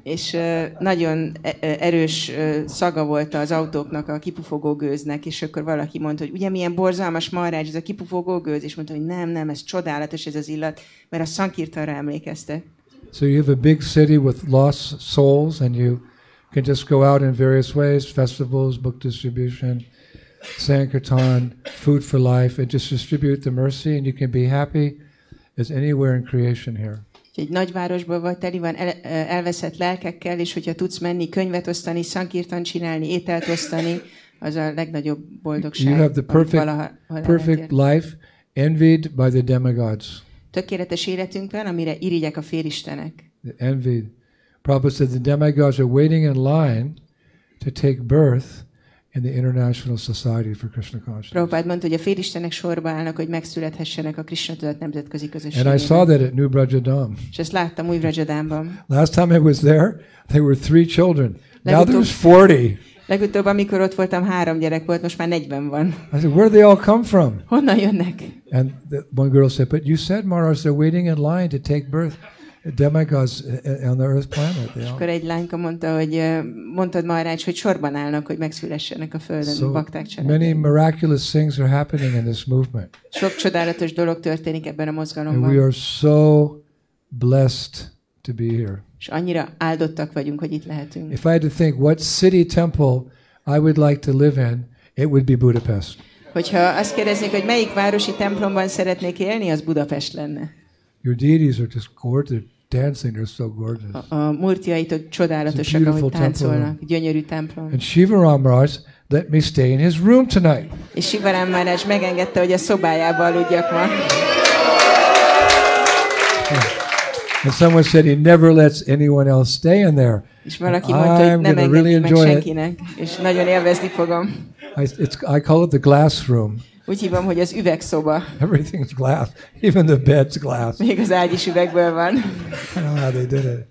és ö, nagyon e- e- erős ö, szaga volt az autóknak, a kipufogó gőznek, és akkor valaki mondta, hogy ugye milyen borzalmas marács ez a kipufogó gőz, és mondta, hogy nem, nem, ez csodálatos ez az illat, mert a szankirtanra emlékeztet.
So you have a big city with lost souls, and you can just go out in various ways festivals, book distribution, Sankirtan, food for life, and just distribute the mercy, and you can be happy as anywhere in creation here.
Úgyhogy egy nagyvárosban vagy, teli van el, ö, elveszett lelkekkel, és hogyha tudsz menni, könyvet osztani, szankirtan csinálni, ételt osztani, az a legnagyobb boldogság.
You have the
amit
perfect-
valaha- valaha
Perfect
elért.
life envied by the demigods.
Tökéletes életünk van, amire irigyek a félistenek.
Envied. Prabhupada said the demigods are waiting in line to take birth in the International Society for Krishna Consciousness.
Prabhupád mondta, hogy a félistenek sorba állnak, hogy megszülethessenek a Krishna tudat nemzetközi
And I saw
közösségében.
that at New Brajadam.
És ezt láttam új Rajadámban.
Last time I was there, there were three children. Now
Legutóbb-
there's 40.
Legutóbb, amikor ott voltam, három gyerek volt, most már negyven van.
I said, where do they all come from?
Honnan jönnek?
And the, one girl said, but you said, Maharaj, they're waiting in line to take birth. Demigods uh, on the earth planet. They all.
Akkor egy lányka mondta, hogy ö, mondtad Marács, hogy sorban állnak, hogy megszülessenek a földön
So
so, bakták családjai.
many miraculous things are happening in this movement.
Sok csodálatos dolog történik ebben a
And we
mozgalomban,
are so blessed to be here.
és annyira áldottak vagyunk, hogy itt lehetünk.
If I had to think what city temple I would like to live in, it would be Budapest.
Hogyha azt kérdeznék, hogy melyik városi templomban szeretnék élni, az Budapest lenne.
Your deities are just gorgeous. They're dancing, they're so gorgeous.
A, a murtiaitok
It's a
csodálatosak,
beautiful
ahogy táncolnak,
templom.
gyönyörű templom.
And Shiva Ramraj let me stay in his room tonight.
És Sivarán Marács megengedte, hogy a szobájába aludjak ma.
And someone said he never lets anyone else stay in there.
És valaki
I'm
mondta, hogy nem
gonna really
engedi meg
enjoy it.
senkinek, és nagyon élvezni fogom.
I, it's, I call it the glass room.
Úgy hívom, hogy az üvegszoba.
Everything's glass. Even the bed's glass.
Még az ágy is üvegből van.
I don't know how they did it.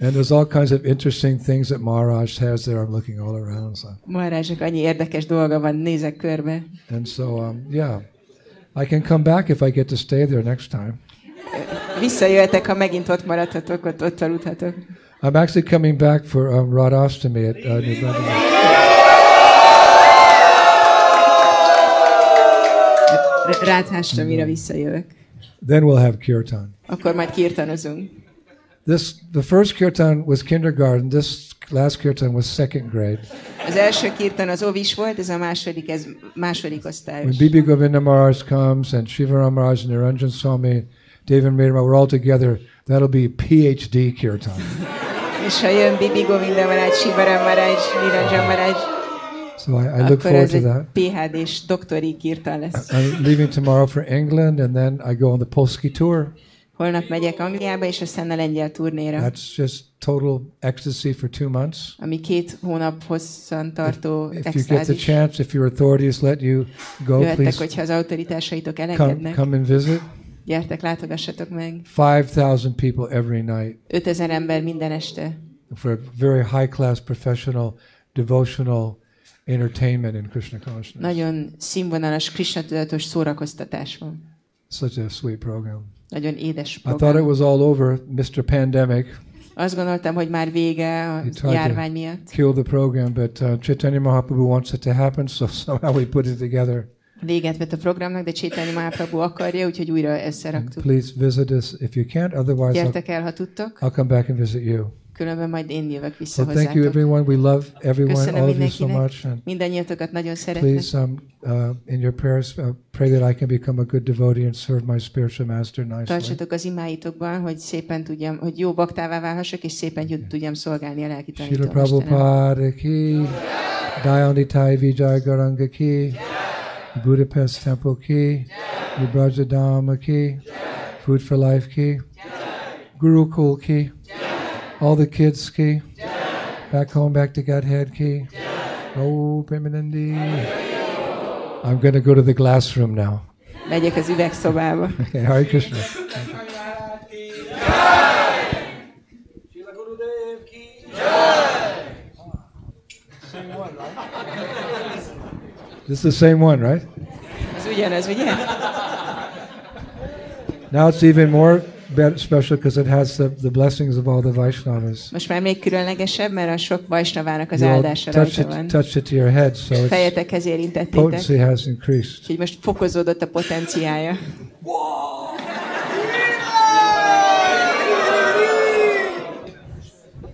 And there's all kinds of interesting things that Maharaj has there. I'm looking all around. So.
Marázsak annyi érdekes dolga van, nézek körbe.
And so, um, yeah, I can come back if I get to stay there next time.
Visszajöhetek, ha megint ott maradhatok, ott, ott aludhatok.
I'm actually coming back for um, Radhastami at uh, New Brotherhood.
R- Rádhástamira visszajövök.
Then we'll have kirtan.
Akkor majd kirtanozunk.
This the first kirtan was kindergarten. This last kirtan was second grade.
Az első kirtan az ovis volt, ez a második, ez második osztályos.
When Bibi Govinda Maharaj comes and Shivaram Maharaj and Niranjan Swami, David Mirma, we're all together. That'll be PhD kirtan.
És ha jön Bibi Govinda Marács, Sivaram Marács, Niranjan Marács,
So I, I look
akkor
forward
ez
to
egy
that.
PHD-s doktori kirtan lesz.
I'm leaving tomorrow for England, and then I go on the Polski tour.
Holnap megyek Angliába, és aztán a lengyel turnéra,
That's just total ecstasy for two months.
ami két hónap hosszan tartó
If you get the
extázis.
chance, if your authorities let you go,
Jöhettek,
please
hogyha az autoritásaitok
come,
elengednek.
come and visit.
Gyertek, látogassatok meg.
5,000 people every night
5000 ember minden este.
for very high class professional devotional entertainment in Krishna consciousness.
Nagyon színvonalas, Krishna tudatos szórakoztatás van.
Such a sweet program.
Nagyon édes
I thought it
program.
was all over. Mr. Pandemic
Azt gondoltam, hogy már vége
It's
a
hard to-
járvány miatt.
killed the program, but uh, Chaitanya Mahaprabhu wants it to happen, so somehow we put it together.
Véget vett a programnak, de Csétányi Mahaprabhu akarja, úgyhogy újra összeraktuk.
Please visit us if you can't. Otherwise, I'll,
Gyertek el, ha tudtok,
I'll come back and visit you.
különben majd én jövök vissza
So thank you,
hozzátok.
everyone. We love everyone,
Köszönöm
all of you so
mindenkinek.
much. And
Mindannyiatokat nagyon szeretlek.
please, um, uh, in your prayers, uh, pray that I can become a good devotee and serve my spiritual master nicely.
Tartsatok az imáitokban, hogy szépen tudjam, hogy jó baktává válhassak, és szépen tud- tudjam szolgálni a lelki
Srila
tanítómesterem.
Prabhupada ki, Dayanitai Vijay Garanga ki, Budapest Temple ki, Vibraja Dhamma ki, Food for Life ki, Gurukul ki, all the kids ki, back home, back to Godhead ki, oh, Premanandi. I'm going to go to the glass room now.
Megyek az üvegszobába.
Okay, Hare Krishna.
Shila Gurudev ki
This is the same one, right?
Ez ugyanaz, ugye?
Now it's even more bet- special because it has the, the blessings of all the Vaishnavas.
Most már még különlegesebb, mert a sok vajsnavának az
You all
áldása
touch
rajta
it,
van.
touch it to your head, so its
Fejetekhez érintettétek.
potency has increased.
Úgyhogy most fokozódott a potenciája.